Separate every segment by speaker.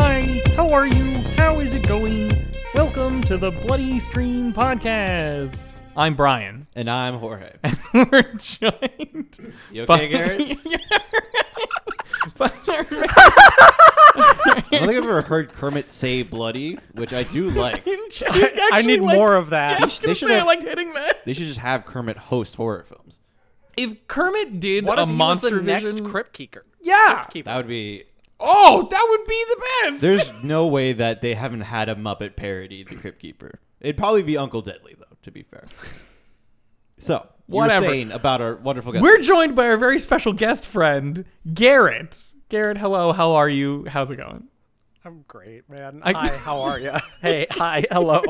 Speaker 1: How are you? How is it going? Welcome to the Bloody Stream Podcast. I'm Brian.
Speaker 2: And I'm Jorge.
Speaker 1: We're joined
Speaker 2: You
Speaker 1: by-
Speaker 2: okay, Garrett?
Speaker 1: Yeah, right. By
Speaker 2: I don't think I've ever heard Kermit say bloody, which I do like.
Speaker 1: I, I need more of that.
Speaker 2: was They gonna should say, I have- liked
Speaker 3: hitting that.
Speaker 2: They should just have Kermit host horror films.
Speaker 3: If Kermit did
Speaker 1: What
Speaker 3: a
Speaker 1: if he was the
Speaker 3: monster
Speaker 1: next
Speaker 3: vision,
Speaker 1: Crypt
Speaker 3: keeper. Yeah.
Speaker 2: That would be.
Speaker 3: Oh, that would be the best.
Speaker 2: There's no way that they haven't had a Muppet parody, The Crypt Keeper. It'd probably be Uncle Deadly, though, to be fair. So, you were
Speaker 3: Whatever.
Speaker 2: saying about our wonderful guest.
Speaker 1: We're joined by our very special guest friend, Garrett. Garrett, hello. How are you? How's it going?
Speaker 3: I'm great, man.
Speaker 1: I-
Speaker 3: hi, how are you? hey, hi, hello.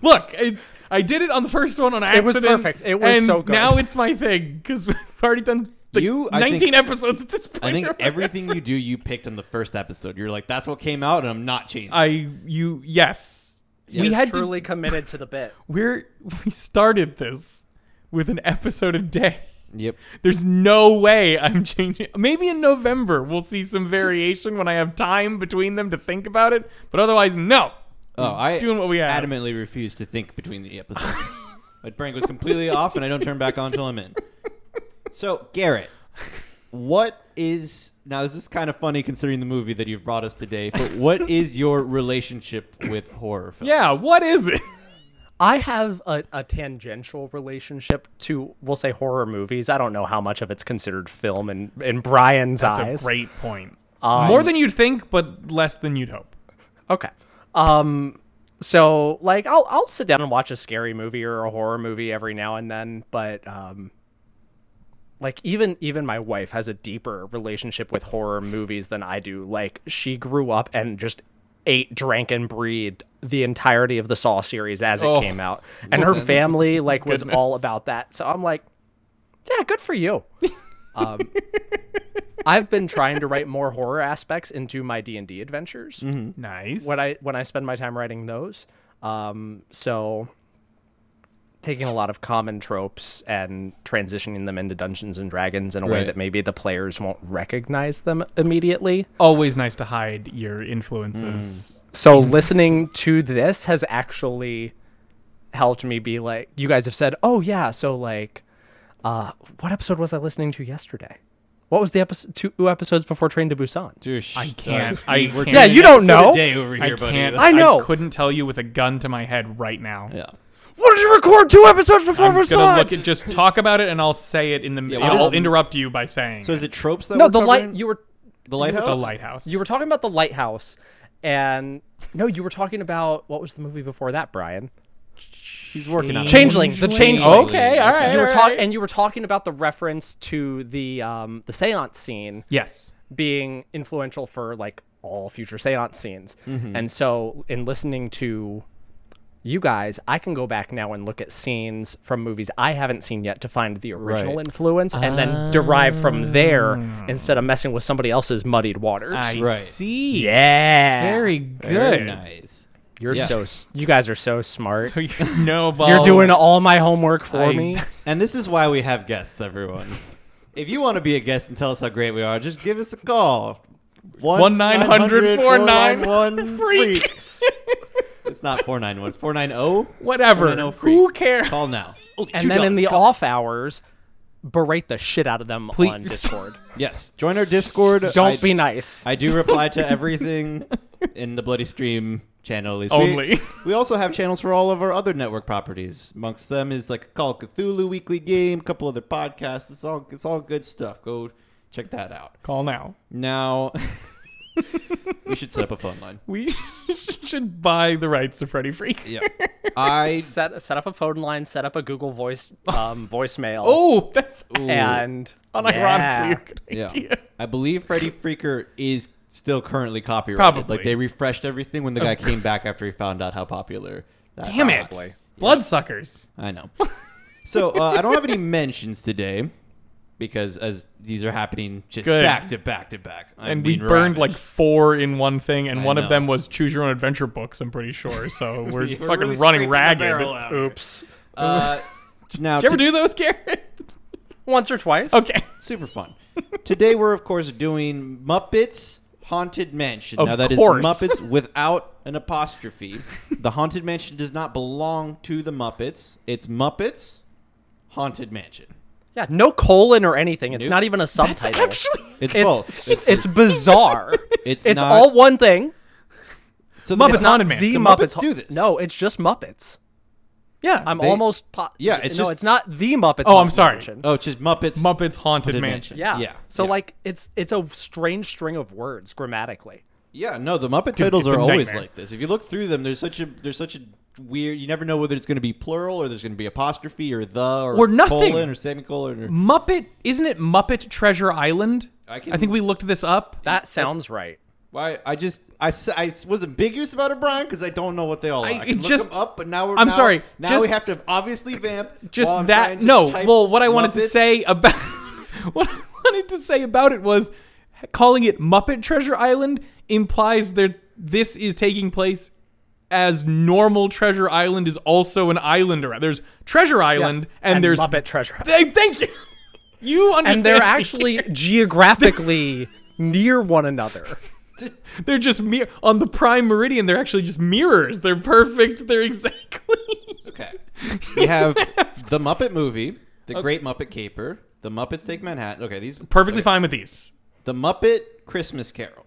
Speaker 1: Look, it's I did it on the first one on accident.
Speaker 3: was perfect. It was
Speaker 1: and
Speaker 3: so good.
Speaker 1: Now it's my thing because we've already done like
Speaker 2: You- I
Speaker 1: 19
Speaker 2: think-
Speaker 1: episodes at this point.
Speaker 2: I think everything you do, you picked on the first episode. You're like, that's what came out, and I'm not changing.
Speaker 1: I you yes.
Speaker 2: He
Speaker 1: we
Speaker 2: is
Speaker 1: had to
Speaker 4: truly committed to the bit.
Speaker 1: we're we started this with an episode a day.
Speaker 2: yep.
Speaker 1: There's no way I'm changing. Maybe in November we'll see some variation when I have time between them to think about it, but otherwise no.
Speaker 2: Oh, I
Speaker 1: doing what we have.
Speaker 2: adamantly refuse to think between the episodes. My brain goes completely off, and I don't turn back on until I'm in. So, Garrett, what is now? This is kind of funny considering the movie that you've brought us today. But what is your relationship with horror films?
Speaker 1: Yeah, what is it?
Speaker 4: I have a, a tangential relationship to, we'll say, horror movies. I don't know how much of it's considered film in, in Brian's eyes.
Speaker 1: That's a great point.
Speaker 4: Um,
Speaker 1: More than you'd think, but less than you'd hope.
Speaker 4: okay. Um, so like, I'll I'll sit down and watch a scary movie or a horror movie every now and then, but um, like even even my wife has a deeper relationship with horror movies than I do. Like, she grew up and just ate, drank, and breathed the entirety of the Saw series as it
Speaker 1: Oh.
Speaker 4: came out, and her family like was
Speaker 1: Goodness.
Speaker 4: all about that. So I'm like, yeah, good for you. um, I've been trying to write more horror aspects into my D and D adventures
Speaker 1: Mm-hmm. Nice.
Speaker 4: when I when I spend my time writing those. Um, so taking a lot of common tropes and transitioning them into Dungeons and Dragons in a way
Speaker 2: Right.
Speaker 4: that maybe the players won't recognize them immediately.
Speaker 1: always nice to hide your
Speaker 2: Mm.
Speaker 1: influences.
Speaker 4: So listening to this has actually helped me be like you guys have said, "Oh yeah, so like uh what episode was I listening to yesterday?" What was the episode two episodes before Train to Busan?
Speaker 2: Douche.
Speaker 1: I can't.
Speaker 2: Sorry.
Speaker 1: I can't.
Speaker 2: We're doing
Speaker 4: Yeah,
Speaker 2: an
Speaker 4: you don't
Speaker 2: episode a
Speaker 4: know.
Speaker 2: day over
Speaker 1: I
Speaker 2: here, buddy.
Speaker 1: can't.
Speaker 2: That's-
Speaker 4: I know.
Speaker 1: couldn't tell you with a gun to my head right now.
Speaker 2: Yeah.
Speaker 4: What did you record two episodes before
Speaker 1: I'm just gonna look at just talk about it, and I'll say it in the.
Speaker 2: Yeah,
Speaker 1: middle.
Speaker 2: what
Speaker 1: I'll
Speaker 2: is-
Speaker 1: interrupt you by saying
Speaker 2: So is it tropes that
Speaker 4: No,
Speaker 2: we're
Speaker 4: the light
Speaker 2: covering?
Speaker 4: you were
Speaker 2: the lighthouse.
Speaker 1: the lighthouse.
Speaker 4: You were talking about the lighthouse, and no, you were talking about what was the movie before that, Brian?
Speaker 2: He's working on it.
Speaker 4: Changeling. The Changeling.
Speaker 1: Okay, all right.
Speaker 4: you were talking,
Speaker 1: alright.
Speaker 4: and you were talking about the reference to the um, the séance scene
Speaker 1: yes.
Speaker 4: being influential for like all future séance scenes,
Speaker 1: Mm-hmm.
Speaker 4: and so in listening to you guys, I can go back now and look at scenes from movies I haven't seen yet to find the original
Speaker 2: Right.
Speaker 4: influence, and then derive from there instead of messing with somebody else's muddied waters.
Speaker 1: Ah. I
Speaker 2: Right.
Speaker 1: see.
Speaker 4: yeah,
Speaker 1: Very good.
Speaker 2: Very nice.
Speaker 4: You're
Speaker 2: Yeah.
Speaker 4: so s- you guys are so smart.
Speaker 1: So you know about
Speaker 4: You're doing all my homework for
Speaker 1: I-
Speaker 4: me.
Speaker 2: And this is why we have guests, everyone. If you want to be a guest and tell us how great we are, just give us a call.
Speaker 1: 1 900
Speaker 2: 491
Speaker 1: freak.
Speaker 2: freak. It's not 491, it's 490.
Speaker 1: whatever.
Speaker 2: 490 freak.
Speaker 1: Who cares?
Speaker 2: Call now. Only
Speaker 4: And
Speaker 2: two
Speaker 4: then in
Speaker 2: dollars.
Speaker 4: the
Speaker 2: Call-
Speaker 4: off hours, berate the shit out of them on
Speaker 1: Please.
Speaker 4: Discord.
Speaker 2: Yes, join our Discord.
Speaker 4: Don't
Speaker 2: I,
Speaker 4: be nice.
Speaker 2: I do reply to everything in the Bloody Stream channel. at least.
Speaker 1: Only.
Speaker 2: We, we also have channels for all of our other network properties. Amongst them is like Call of Cthulhu weekly game, a couple other podcasts. It's all, it's all good stuff. Go check that out.
Speaker 1: Call now.
Speaker 2: Now, we should set up a phone line.
Speaker 1: We should buy the rights to Freddy Freak.
Speaker 2: Yeah. I
Speaker 4: set set up a phone line, set up a Google Voice um, voicemail,
Speaker 1: Oh, that's
Speaker 4: and
Speaker 1: unironically
Speaker 4: yeah.
Speaker 1: a good
Speaker 2: yeah.
Speaker 1: idea.
Speaker 2: I believe Freddy Freaker is still currently copyrighted.
Speaker 1: Probably.
Speaker 2: Like they refreshed everything when the guy came back after he found out how popular. That
Speaker 1: Damn it.
Speaker 2: product was.
Speaker 1: Bloodsuckers.
Speaker 2: I know. so uh, I don't have any mentions today because as these are happening just
Speaker 1: Good.
Speaker 2: back to back to back. I'm
Speaker 1: and we
Speaker 2: being
Speaker 1: burned
Speaker 2: ravaged.
Speaker 1: like four in one thing, and
Speaker 2: I
Speaker 1: one of
Speaker 2: know.
Speaker 1: them was choose your own adventure books. I'm pretty sure. So we're
Speaker 2: We're
Speaker 1: fucking
Speaker 2: really scraping
Speaker 1: running
Speaker 2: the barrel out
Speaker 1: ragged.
Speaker 2: here.
Speaker 1: Oops.
Speaker 2: Uh, now
Speaker 1: Did you ever
Speaker 2: to-
Speaker 1: do those, Garrett?
Speaker 4: once or twice.
Speaker 1: Okay.
Speaker 2: super fun. Today we're of course doing Muppets Haunted Mansion.
Speaker 1: Of
Speaker 2: now that is
Speaker 1: course.
Speaker 2: Muppets without an apostrophe. the Haunted Mansion does not belong to the Muppets. It's Muppets Haunted Mansion.
Speaker 4: Yeah, no colon or anything. It's
Speaker 2: Nope.
Speaker 4: not even a subtitle.
Speaker 1: Actually,
Speaker 2: It's, both.
Speaker 4: it's, it's bizarre.
Speaker 2: It's not-
Speaker 4: all one thing.
Speaker 2: so
Speaker 1: Muppets
Speaker 2: it's
Speaker 4: It's not
Speaker 1: Haunted Man.
Speaker 4: the,
Speaker 1: The
Speaker 4: Muppets,
Speaker 2: Muppets do this.
Speaker 4: No, it's just Muppets.
Speaker 1: yeah.
Speaker 4: I'm
Speaker 2: They-
Speaker 4: almost po-
Speaker 2: Yeah, it's
Speaker 4: no,
Speaker 2: just-
Speaker 4: it's not the Muppets.
Speaker 1: Oh, I'm
Speaker 4: Haunted
Speaker 1: sorry.
Speaker 4: Mansion.
Speaker 2: Oh, it's just Muppets.
Speaker 1: Muppets Haunted,
Speaker 2: Haunted
Speaker 1: Mansion.
Speaker 2: Mansion.
Speaker 4: Yeah.
Speaker 2: Yeah,
Speaker 4: So
Speaker 2: yeah.
Speaker 4: like it's it's a strange string of words grammatically.
Speaker 2: Yeah, no, the Muppet titles
Speaker 1: it's
Speaker 2: are
Speaker 1: a
Speaker 2: always
Speaker 1: nightmare.
Speaker 2: like this. If you look through them, there's such a there's such a weird. You never know whether it's going to be plural or there's going to be apostrophe or the or,
Speaker 1: Or
Speaker 2: it's
Speaker 1: nothing.
Speaker 2: colon or semicolon. Or,
Speaker 1: Muppet, isn't it Muppet Treasure Island?
Speaker 2: I can-
Speaker 1: I think we looked this up.
Speaker 4: That sounds right.
Speaker 2: why I just I, s- I s- was ambiguous about it, Brian, because I don't know what they all are.
Speaker 1: I-
Speaker 2: I,
Speaker 1: it
Speaker 2: can look
Speaker 1: just-
Speaker 2: them up, but now we're.
Speaker 1: I'm
Speaker 2: now-
Speaker 1: sorry,
Speaker 2: Now
Speaker 1: just-
Speaker 2: we have to obviously vamp.
Speaker 1: just
Speaker 2: while I'm trying
Speaker 1: that
Speaker 2: to
Speaker 1: no
Speaker 2: type
Speaker 1: well what i wanted to
Speaker 2: Muppets.
Speaker 1: say about what i wanted to say about it was calling it muppet treasure island implies that this is taking place as normal treasure island is also an island around there's treasure island and, there's
Speaker 4: Muppet Treasure. Island.
Speaker 1: Hey, thank you you understand
Speaker 4: and they're
Speaker 1: me.
Speaker 4: actually geographically near one another.
Speaker 1: they're just mir- on the prime meridian they're actually just mirrors they're perfect they're exactly
Speaker 2: Okay. We have the Muppet movie, the Great Muppet Caper, the Muppets Take Manhattan. Okay, these
Speaker 1: perfectly fine with these
Speaker 2: The Muppet Christmas Carol.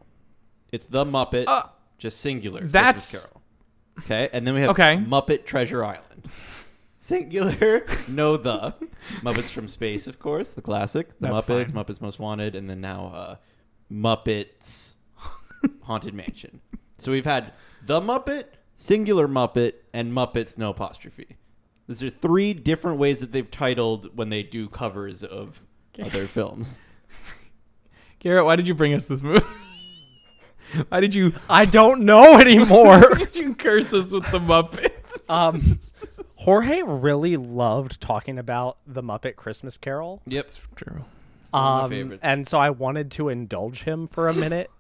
Speaker 2: It's the Muppet, just singular.
Speaker 1: Uh, that's-
Speaker 2: Christmas Carol. Okay, and then we have
Speaker 1: Okay.
Speaker 2: Muppet Treasure Island. Singular, no the Muppets from Space, of course, the classic. The
Speaker 1: That's
Speaker 2: Muppets,
Speaker 1: fine.
Speaker 2: Muppets Most Wanted, and then now uh, Muppets Haunted Mansion. So we've had the Muppet, singular Muppet, and Muppets no apostrophe. These are three different ways that they've titled when they do covers of other films.
Speaker 1: garrett why did you bring us this movie why did you
Speaker 4: I don't know anymore.
Speaker 1: Why did you curse us with the Muppets?
Speaker 4: um, Jorge really loved talking about the Muppet Christmas Carol.
Speaker 2: Yep.
Speaker 1: True.
Speaker 2: one of
Speaker 4: Um,
Speaker 2: my favorites.
Speaker 4: and so I wanted to indulge him for a minute.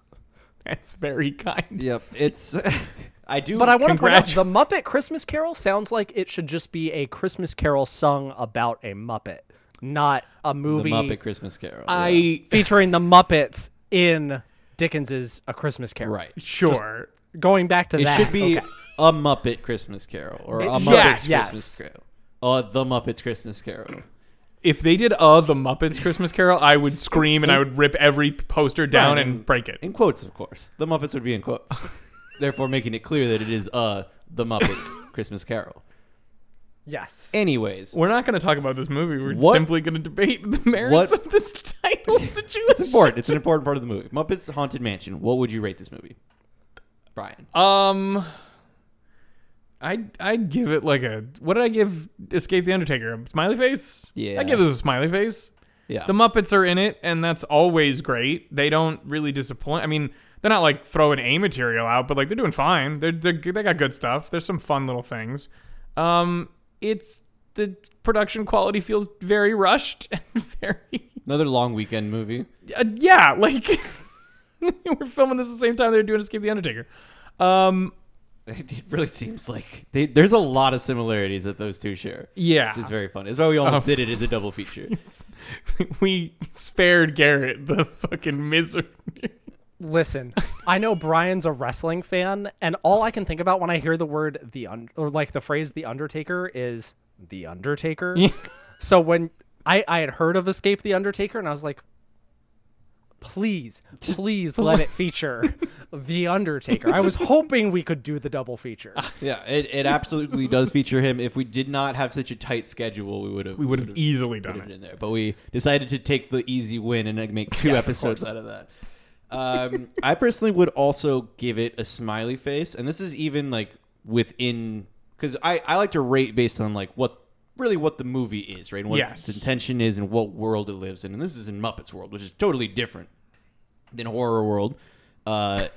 Speaker 1: That's very kind.
Speaker 2: Yep. It's I do
Speaker 4: But I want to point out
Speaker 1: Congratu-
Speaker 4: the Muppet Christmas Carol sounds like it should just be a Christmas Carol sung about a Muppet, not a
Speaker 2: the
Speaker 4: movie
Speaker 2: Muppet Christmas Carol. yeah.
Speaker 1: I
Speaker 4: featuring the Muppets in Dickens's A Christmas Carol.
Speaker 2: right.
Speaker 1: sure.
Speaker 4: Going back to
Speaker 2: It
Speaker 4: that,
Speaker 2: should be
Speaker 4: okay.
Speaker 2: a Muppet Christmas Carol or a Muppet
Speaker 1: yes.
Speaker 2: Christmas Carol. Uh, the Muppets Christmas Carol.
Speaker 1: If they did uh the Muppets Christmas Carol, I would scream and I would rip every poster down
Speaker 2: Right,
Speaker 1: and
Speaker 2: and-
Speaker 1: break it.
Speaker 2: In quotes, of course. The Muppets would be in quotes. Therefore making it clear that it is uh the Muppets Christmas Carol.
Speaker 4: yes.
Speaker 2: Anyways,
Speaker 1: We're not going to talk about this movie. We're
Speaker 2: What-
Speaker 1: simply going to debate the merits
Speaker 2: what-
Speaker 1: of this title
Speaker 2: it's
Speaker 1: situation.
Speaker 2: important. It's an important part of the movie. Muppets Haunted Mansion. What would you rate this movie? Brian.
Speaker 1: Um, I'd I'd give it like a what did I give Escape the Undertaker? A smiley face?
Speaker 2: Yeah.
Speaker 1: I give this a smiley face.
Speaker 2: Yeah.
Speaker 1: The Muppets are in it, and that's always great. They don't really disappoint. I mean, they're not like throwing A material out, but like they're doing fine. They're, they're good- they got good stuff. There's some fun little things. Um, it's the production quality feels very rushed and very
Speaker 2: Another long weekend movie.
Speaker 1: uh, yeah, like we're filming this the same time they're doing Escape the Undertaker. Um,
Speaker 2: It really seems like they, there's a lot of similarities that those two share.
Speaker 1: yeah,
Speaker 2: which is very fun. That's why we almost did it as a double feature.
Speaker 1: we spared Garrett the fucking misery.
Speaker 4: Listen, I know Brian's a wrestling fan, and all I can think about when I hear the word the un- or like the phrase the Undertaker is the Undertaker. so when I I had heard of Escape the Undertaker, and I was like, please, please let it feature the Undertaker. I was hoping we could do the double feature.
Speaker 2: yeah, it, it absolutely does feature him. If we did not have such a tight schedule, we would have
Speaker 1: We would have easily
Speaker 2: put
Speaker 1: done
Speaker 2: it
Speaker 1: it.
Speaker 2: in there. But we decided to take the easy win and like, make two episodes out of that. Um, I personally would also give it a smiley face, and this is even like within because I I like to rate based on like what really what the movie is, right? And what
Speaker 1: Yes.
Speaker 2: its intention is, and what world it lives in. And this is in Muppets world, which is totally different than horror world. Uh,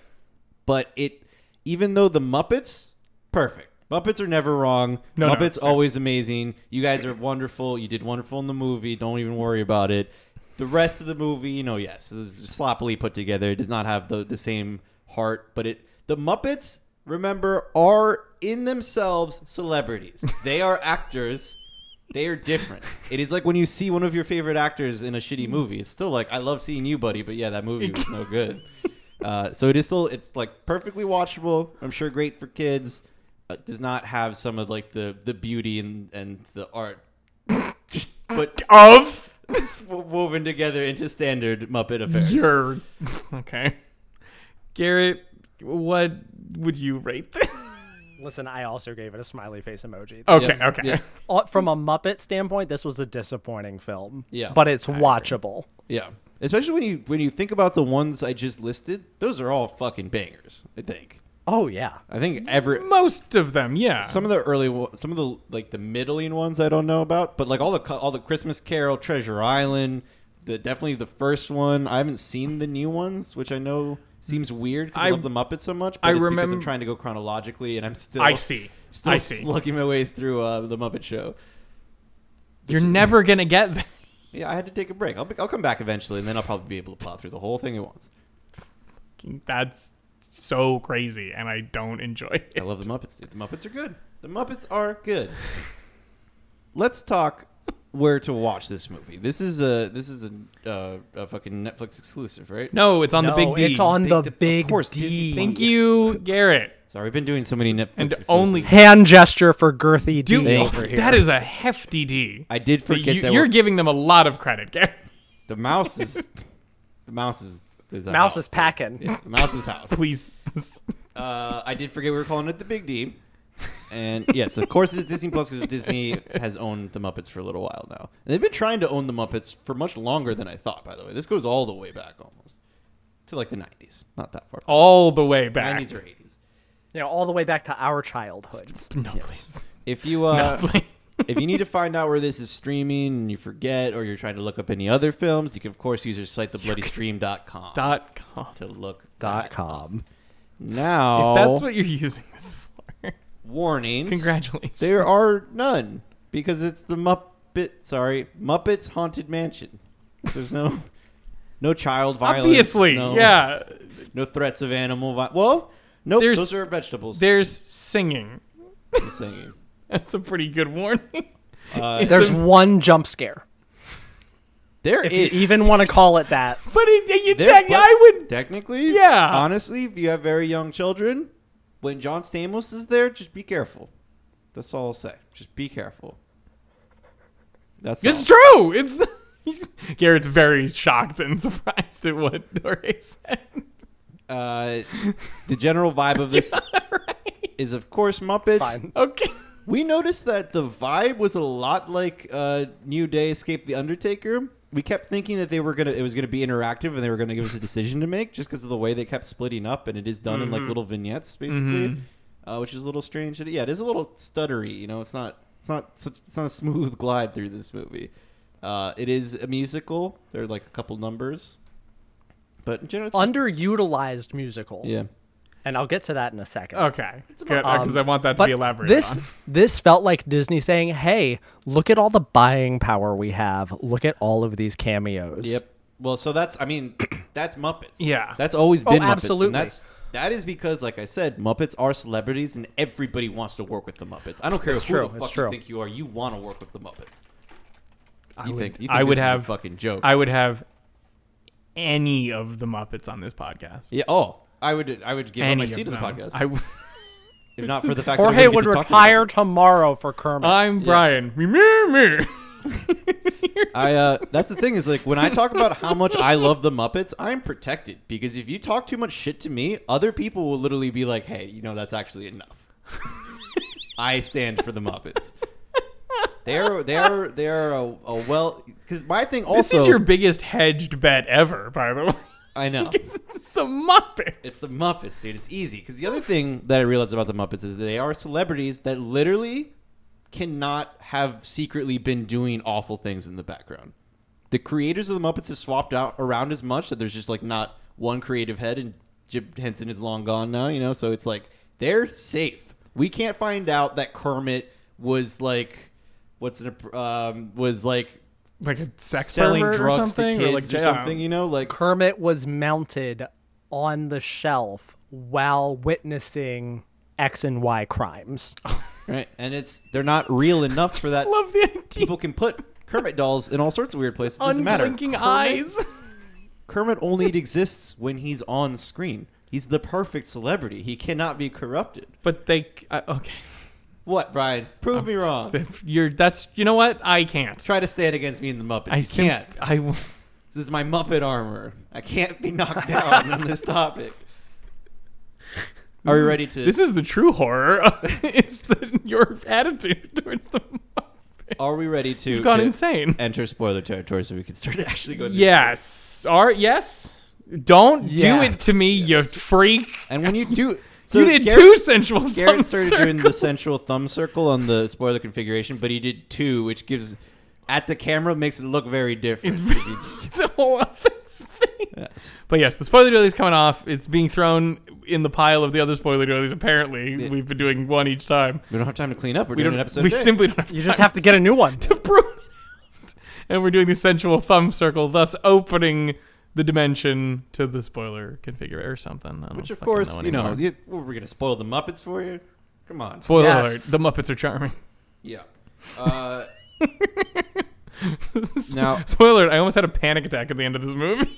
Speaker 2: but it even though the Muppets perfect. Muppets are never wrong.
Speaker 1: No, no,
Speaker 2: Muppets
Speaker 1: it's-
Speaker 2: always amazing. You guys are wonderful. You did wonderful in the movie. Don't even worry about it. The rest of the movie, you know, yes, this is sloppily put together. It does not have the, the same heart, but it the Muppets, remember, are in themselves celebrities. They are actors. They are different. It is like when you see one of your favorite actors in a shitty movie. It's still like, I love seeing you, buddy, but yeah, that movie was no good. Uh, so it is still it's like perfectly watchable. I'm sure great for kids. But does not have some of like the the beauty and and the art, but
Speaker 1: Of
Speaker 2: it's wo- woven together into standard Muppet affairs.
Speaker 1: your okay, Garrett, what would you rate this?
Speaker 4: Listen, I also gave it a smiley face emoji.
Speaker 1: Okay,
Speaker 2: Yes,
Speaker 1: okay.
Speaker 2: Yeah.
Speaker 4: Uh, From a Muppet standpoint, this was a disappointing film.
Speaker 2: Yeah.
Speaker 4: But it's watchable.
Speaker 2: Yeah. Especially when you when you think about the ones I just listed, those are all fucking bangers. I think.
Speaker 4: Oh, yeah.
Speaker 2: I think every
Speaker 1: Most of them, yeah.
Speaker 2: some of the early one- some of the like the middling ones I don't know about, but like all the co- all the Christmas Carol, Treasure Island, the definitely the first one. I haven't seen the new ones, which I know seems weird because I,
Speaker 1: I-
Speaker 2: love the Muppets so much. But
Speaker 1: I
Speaker 2: it's because I'm
Speaker 1: remem-
Speaker 2: trying to go chronologically, and I'm still
Speaker 1: I see.
Speaker 2: still
Speaker 1: I see.
Speaker 2: slugging my way through uh, the Muppet Show.
Speaker 1: You're never gonna get. That.
Speaker 2: Yeah, I had to take a break. I'll, be, I'll come back eventually, and then I'll probably be able to plow through the whole thing at once.
Speaker 1: That's so crazy, and I don't enjoy
Speaker 2: I
Speaker 1: it.
Speaker 2: love the Muppets, dude. The Muppets are good. The Muppets are good. Let's talk where to watch this movie. This is a this is a, uh, a fucking Netflix exclusive, right?
Speaker 1: No, it's on
Speaker 4: No,
Speaker 1: the big D.
Speaker 4: It's on
Speaker 2: Big
Speaker 4: the
Speaker 2: D- of
Speaker 4: big
Speaker 2: course, Disney
Speaker 4: D.
Speaker 2: Plus.
Speaker 1: Thank you, Garrett.
Speaker 2: Sorry, we've been doing so many Netflix
Speaker 1: And
Speaker 2: exclusives.
Speaker 1: only-
Speaker 4: Hand gesture for girthy D
Speaker 1: Dude,
Speaker 2: Thank
Speaker 4: over
Speaker 2: you.
Speaker 4: here.
Speaker 1: that is a hefty D.
Speaker 2: I did forget
Speaker 1: you,
Speaker 2: that
Speaker 1: you're
Speaker 2: we're-
Speaker 1: giving them a lot of credit, Garrett.
Speaker 2: the mouse is the mouse is, is a
Speaker 4: Mouse
Speaker 2: house.
Speaker 4: is packing.
Speaker 2: Yeah, the mouse's house.
Speaker 1: Please.
Speaker 2: Uh, I did forget we were calling it the Big D. And yes, of course it's Disney Plus because Disney has owned the Muppets for a little while now. And they've been trying to own the Muppets for much longer than I thought, by the way. This goes all the way back almost to like the 90s. Not that far.
Speaker 1: all the way back.
Speaker 2: 90s or 80s.
Speaker 4: You know, all the way back to our childhood.
Speaker 1: No, please.
Speaker 2: If you uh,
Speaker 1: No, please.
Speaker 2: if you need to find out where this is streaming and you forget or you're trying to look up any other films, you can of course use our site thebloodystream.com
Speaker 1: Dot com.
Speaker 2: to look
Speaker 4: Dot
Speaker 2: that
Speaker 4: com.
Speaker 2: Now,
Speaker 4: Uh,
Speaker 1: If that's what you're using this for,
Speaker 2: warnings.
Speaker 1: congratulations.
Speaker 2: There are none because it's the Muppet. Sorry, Muppets Haunted Mansion. There's no, no child violence.
Speaker 1: Obviously,
Speaker 2: no-
Speaker 1: yeah.
Speaker 2: No threats of animal violence. Well, nope.
Speaker 1: There's-
Speaker 2: those are vegetables.
Speaker 1: There's singing.
Speaker 2: I'm saying.
Speaker 1: That's a pretty good warning.
Speaker 2: Uh,
Speaker 1: It's
Speaker 4: There's
Speaker 1: a-
Speaker 4: one jump scare.
Speaker 2: there
Speaker 4: If
Speaker 2: is-
Speaker 4: you even want to call it that.
Speaker 1: but it, you,
Speaker 2: there-
Speaker 1: tech-
Speaker 2: but
Speaker 1: I would
Speaker 2: technically.
Speaker 1: Yeah.
Speaker 2: Honestly, if you have very young children, when John Stamos is there, just be careful. That's all I'll say. Just be careful. That's
Speaker 1: It's
Speaker 2: all.
Speaker 1: true. It's Garrett's very shocked and surprised at what Dore said.
Speaker 2: Uh, the general vibe of this is, of course, Muppets.
Speaker 4: fine.
Speaker 1: Okay.
Speaker 2: We noticed that the vibe was a lot like uh, New Day Escape the Undertaker. We kept thinking that they were gonna it was gonna be interactive and they were gonna give us a decision to make just because of the way they kept splitting up and it is done in like little vignettes basically, uh, which is a little strange. Yeah, it is a little stuttery. You know, it's not it's not such, it's not a smooth glide through this movie. Uh, it is a musical. There are like a couple numbers, but in general, it's-
Speaker 4: Underutilized musical.
Speaker 2: yeah,
Speaker 4: And I'll get to that in a second.
Speaker 1: Okay.
Speaker 4: Um,
Speaker 1: Because I want that to
Speaker 4: but
Speaker 1: be elaborated.
Speaker 4: This
Speaker 1: on.
Speaker 4: this felt like Disney saying, "Hey, look at all the buying power we have. Look at all of these cameos."
Speaker 2: Yep. Well, so that's I mean, that's Muppets.
Speaker 1: Yeah.
Speaker 2: That's always
Speaker 4: Oh,
Speaker 2: been Muppets.
Speaker 4: absolutely.
Speaker 2: And that's that is because, like I said, Muppets are celebrities, and everybody wants to work with the Muppets. I don't care who
Speaker 4: true,
Speaker 2: the
Speaker 4: it's
Speaker 2: fuck you
Speaker 4: true.
Speaker 2: think you are. You want to work with the Muppets. I you
Speaker 1: would-
Speaker 2: think, you think
Speaker 1: I would
Speaker 2: this is a
Speaker 1: have-
Speaker 2: fucking joke.
Speaker 1: I would have any of the Muppets on this podcast.
Speaker 2: yeah. Oh, I would. I would give him
Speaker 1: Any
Speaker 2: a
Speaker 1: of
Speaker 2: seat in
Speaker 1: them.
Speaker 2: the podcast.
Speaker 1: I w-
Speaker 2: if not for the fact
Speaker 4: Jorge
Speaker 2: that we
Speaker 4: would
Speaker 2: wouldn't get to talk to the
Speaker 4: retire
Speaker 2: Muppets.
Speaker 4: tomorrow for Kermit.
Speaker 1: I'm Brian. Me, me, me.
Speaker 2: I uh, that's the thing is like when I talk about how much I love the Muppets, I'm protected because if you talk too much shit to me, other people will literally be like, "Hey, you know that's actually enough." I stand for the Muppets. They're they're they're a, a well because my thing also
Speaker 1: This is your biggest hedged bet ever, by the way.
Speaker 2: I know
Speaker 1: it's the Muppets.
Speaker 2: it's the Muppets, dude. It's easy because the other thing that I realized about the Muppets is they are celebrities that literally cannot have secretly been doing awful things in the background. the creators of the Muppets have swapped out around as much that there's just like not one creative head, and Jim Henson is long gone now, you know. So it's like they're safe. We can't find out that Kermit was like, what's an um, was like
Speaker 1: like a sex
Speaker 2: selling
Speaker 1: pervert
Speaker 2: drugs
Speaker 1: or something,
Speaker 2: to
Speaker 1: or
Speaker 2: kids
Speaker 1: like,
Speaker 2: or,
Speaker 1: yeah.
Speaker 2: something, you know, like
Speaker 4: Kermit was mounted on the shelf while witnessing X and Y crimes.
Speaker 2: right. And it's they're not real enough for that.
Speaker 1: Love the idea.
Speaker 2: People can put Kermit dolls in all sorts of weird places. Doesn't matter.
Speaker 1: Unblinking
Speaker 2: Kermit
Speaker 1: eyes.
Speaker 2: Kermit only exists when he's on screen. He's the perfect celebrity. He cannot be corrupted.
Speaker 1: But they uh, okay.
Speaker 2: What, Brian? Prove me wrong.
Speaker 1: You're that's you know what I can't.
Speaker 2: Try to stand against me and the Muppets.
Speaker 1: I
Speaker 2: you
Speaker 1: sim-
Speaker 2: can't.
Speaker 1: I w-
Speaker 2: This is my Muppet armor. I can't be knocked down on this topic. Are we ready to?
Speaker 1: this is the true horror. is the, your attitude towards the Muppets.
Speaker 2: are we ready to?
Speaker 1: You've gone
Speaker 2: to
Speaker 1: insane.
Speaker 2: Enter spoiler territory, so we can start to actually go. through-
Speaker 1: Yes. Are yes. Don't do it to
Speaker 4: Yes.
Speaker 1: me, you freak.
Speaker 2: And when you do, so
Speaker 1: you did
Speaker 2: Garrett-
Speaker 1: two sensual thumb
Speaker 2: Garrett started doing the
Speaker 1: circles.
Speaker 2: central thumb circle on the spoiler configuration, but he did two, which gives at the camera makes it look very different. If you just-
Speaker 1: It's a whole other thing.
Speaker 2: yes.
Speaker 1: But yes, the spoiler daily is coming off. It's being thrown in the pile of the other spoiler dailies. Apparently, we've been doing one each time.
Speaker 2: We don't have time to clean up. We're
Speaker 1: We
Speaker 2: doing
Speaker 1: don't.
Speaker 2: an episode.
Speaker 1: we
Speaker 2: a day.
Speaker 1: simply don't have.
Speaker 4: You just have to get a new one.
Speaker 1: to prove it. And we're doing the sensual thumb circle, thus opening the dimension to the spoiler configure or something. I don't
Speaker 2: Which, of
Speaker 1: fucking
Speaker 2: course, you know,
Speaker 1: anymore.
Speaker 2: you, well, we're gonna spoil the Muppets for you. Come on.
Speaker 1: Spoiler
Speaker 4: Yes.
Speaker 1: alert: the Muppets are charming.
Speaker 2: Yeah. Uh,
Speaker 1: now,
Speaker 2: Now-
Speaker 1: spoiler alert: I almost had a panic attack at the end of this movie.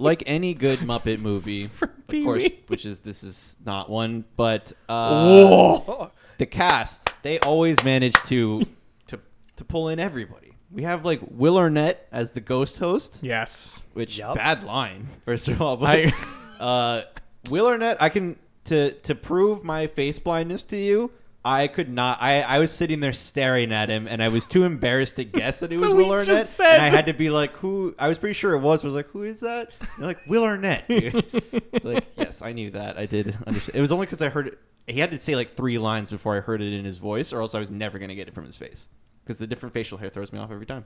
Speaker 2: like any good Muppet movie, of course,
Speaker 1: Pee-wee.
Speaker 2: which is this is not one, but uh, the cast they always manage to to to pull in everybody. We have like Will Arnett as the ghost host,
Speaker 1: yes,
Speaker 2: which
Speaker 4: Yup.
Speaker 2: bad line first of all. But uh, Will Arnett, I can to to prove my face blindness to you. I could not. I, I was sitting there staring at him, and I was too embarrassed to guess that it
Speaker 1: So
Speaker 2: was Will
Speaker 1: he just
Speaker 2: Arnett.
Speaker 1: said-
Speaker 2: And I had to be like, "Who?" I was pretty sure it was. But I was like, "Who is that?" And they're like Will Arnett. dude." It's like, yes, I knew that. I did understand. It was only because I heard it. He had to say like three lines before I heard it in his voice, or else I was never gonna get it from his face because the different facial hair throws me off every time.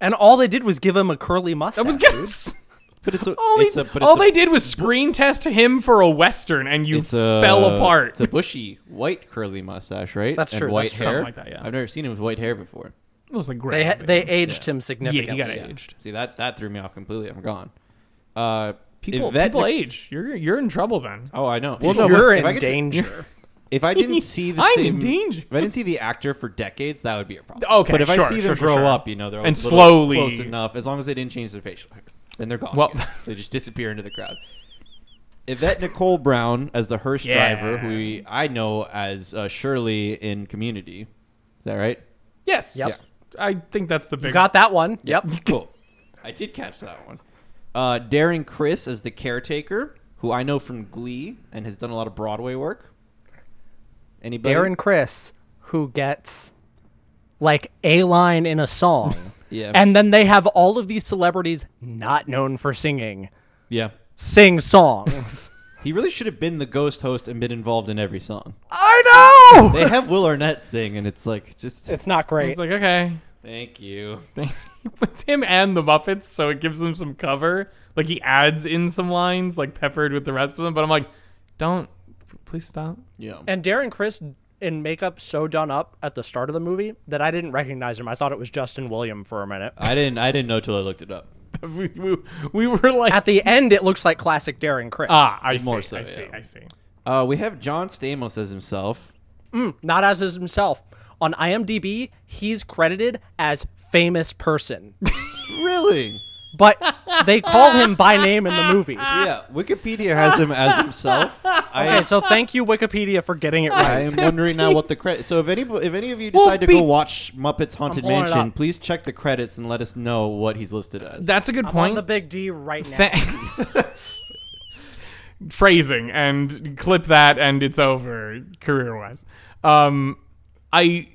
Speaker 4: And all they did was give him a curly mustache.
Speaker 1: that was guess.
Speaker 2: But it's a.
Speaker 1: All,
Speaker 2: it's
Speaker 1: they,
Speaker 2: a but
Speaker 1: all
Speaker 2: it's a,
Speaker 1: they did was screen test him for a western, and you
Speaker 2: it's a,
Speaker 1: fell apart.
Speaker 2: It's a bushy white curly mustache, right?
Speaker 4: That's
Speaker 2: and
Speaker 4: true,
Speaker 2: White
Speaker 4: that's
Speaker 1: true.
Speaker 2: hair.
Speaker 1: Something like that, yeah.
Speaker 2: I've never seen him with white hair before.
Speaker 1: it was like
Speaker 4: They
Speaker 1: gray.
Speaker 4: ha- they aged him significantly.
Speaker 1: yeah, he got aged.
Speaker 2: See that that threw me off completely. I'm gone. Uh,
Speaker 1: People,
Speaker 2: Yvette
Speaker 1: people
Speaker 2: Nic-
Speaker 1: age. You're you're in trouble then.
Speaker 2: Oh, I know.
Speaker 4: Well,
Speaker 2: People-
Speaker 4: you're
Speaker 2: if I
Speaker 4: in
Speaker 2: could t-
Speaker 4: danger.
Speaker 2: If I didn't see the
Speaker 1: I'm
Speaker 2: same,
Speaker 1: in danger.
Speaker 2: if I didn't see the actor for decades, that would be a problem.
Speaker 1: Okay,
Speaker 2: but if
Speaker 1: sure,
Speaker 2: I see
Speaker 1: sure,
Speaker 2: them
Speaker 1: sure,
Speaker 2: grow
Speaker 1: sure.
Speaker 2: up, you know, they're a
Speaker 1: And
Speaker 2: little
Speaker 1: slowly-
Speaker 2: close enough. As long as they didn't change their facial hair, then they're gone.
Speaker 1: Well-
Speaker 2: again. they just disappear into the crowd. Yvette Nicole Brown as the hearse
Speaker 1: Yeah.
Speaker 2: driver, who we- I know as uh, Shirley in Community. Is that right?
Speaker 1: Yes.
Speaker 4: Yep.
Speaker 1: I think that's the big.
Speaker 4: You got that one. Yep.
Speaker 2: Cool. I did catch that one. Uh, Darren Chris as the caretaker, who I know from Glee and has done a lot of Broadway work. Anybody?
Speaker 4: Darren Chris, who gets like a line in a song.
Speaker 2: Yeah.
Speaker 4: And then they have all of these celebrities not known for singing
Speaker 2: Yeah.
Speaker 4: sing songs.
Speaker 2: He really should have been the ghost host and been involved in every song.
Speaker 4: I know.
Speaker 2: They have Will Arnett sing, and it's like just
Speaker 4: It's not great.
Speaker 1: It's like okay,
Speaker 2: thank you.
Speaker 1: it's him and the Muppets, so it gives him some cover. Like he adds in some lines, like peppered with the rest of them. But I'm like, don't, please stop.
Speaker 2: Yeah.
Speaker 4: and Darren Chris in makeup so done up at the start of the movie that I didn't recognize him. I thought it was Justin William for a minute.
Speaker 2: I didn't. I didn't know till I looked it up.
Speaker 1: We, we, we were like,
Speaker 4: At the end, it looks like classic Darren Chris.
Speaker 1: ah, I
Speaker 2: More
Speaker 1: see,
Speaker 2: so,
Speaker 1: I see,
Speaker 2: yeah.
Speaker 1: I see.
Speaker 2: Uh, we have John Stamos as himself.
Speaker 4: Not as is himself. On IMDb, he's credited as famous person,
Speaker 2: Really?
Speaker 4: but they call him by name in the movie.
Speaker 2: Yeah. Wikipedia has him as himself. I,
Speaker 4: Okay, so thank you Wikipedia for getting it
Speaker 2: I
Speaker 4: right.
Speaker 2: am wondering now what the credit. So if any if any of you
Speaker 1: Well,
Speaker 2: decide to
Speaker 1: be-
Speaker 2: go watch Muppets Haunted
Speaker 4: I'm pulling it
Speaker 2: Mansion,
Speaker 4: up.
Speaker 2: please check the credits and let us know what he's listed as.
Speaker 1: That's a good
Speaker 4: I'm
Speaker 1: point.
Speaker 4: on the big D right now.
Speaker 1: Tha- Phrasing and clip that, and it's over career wise. Um, I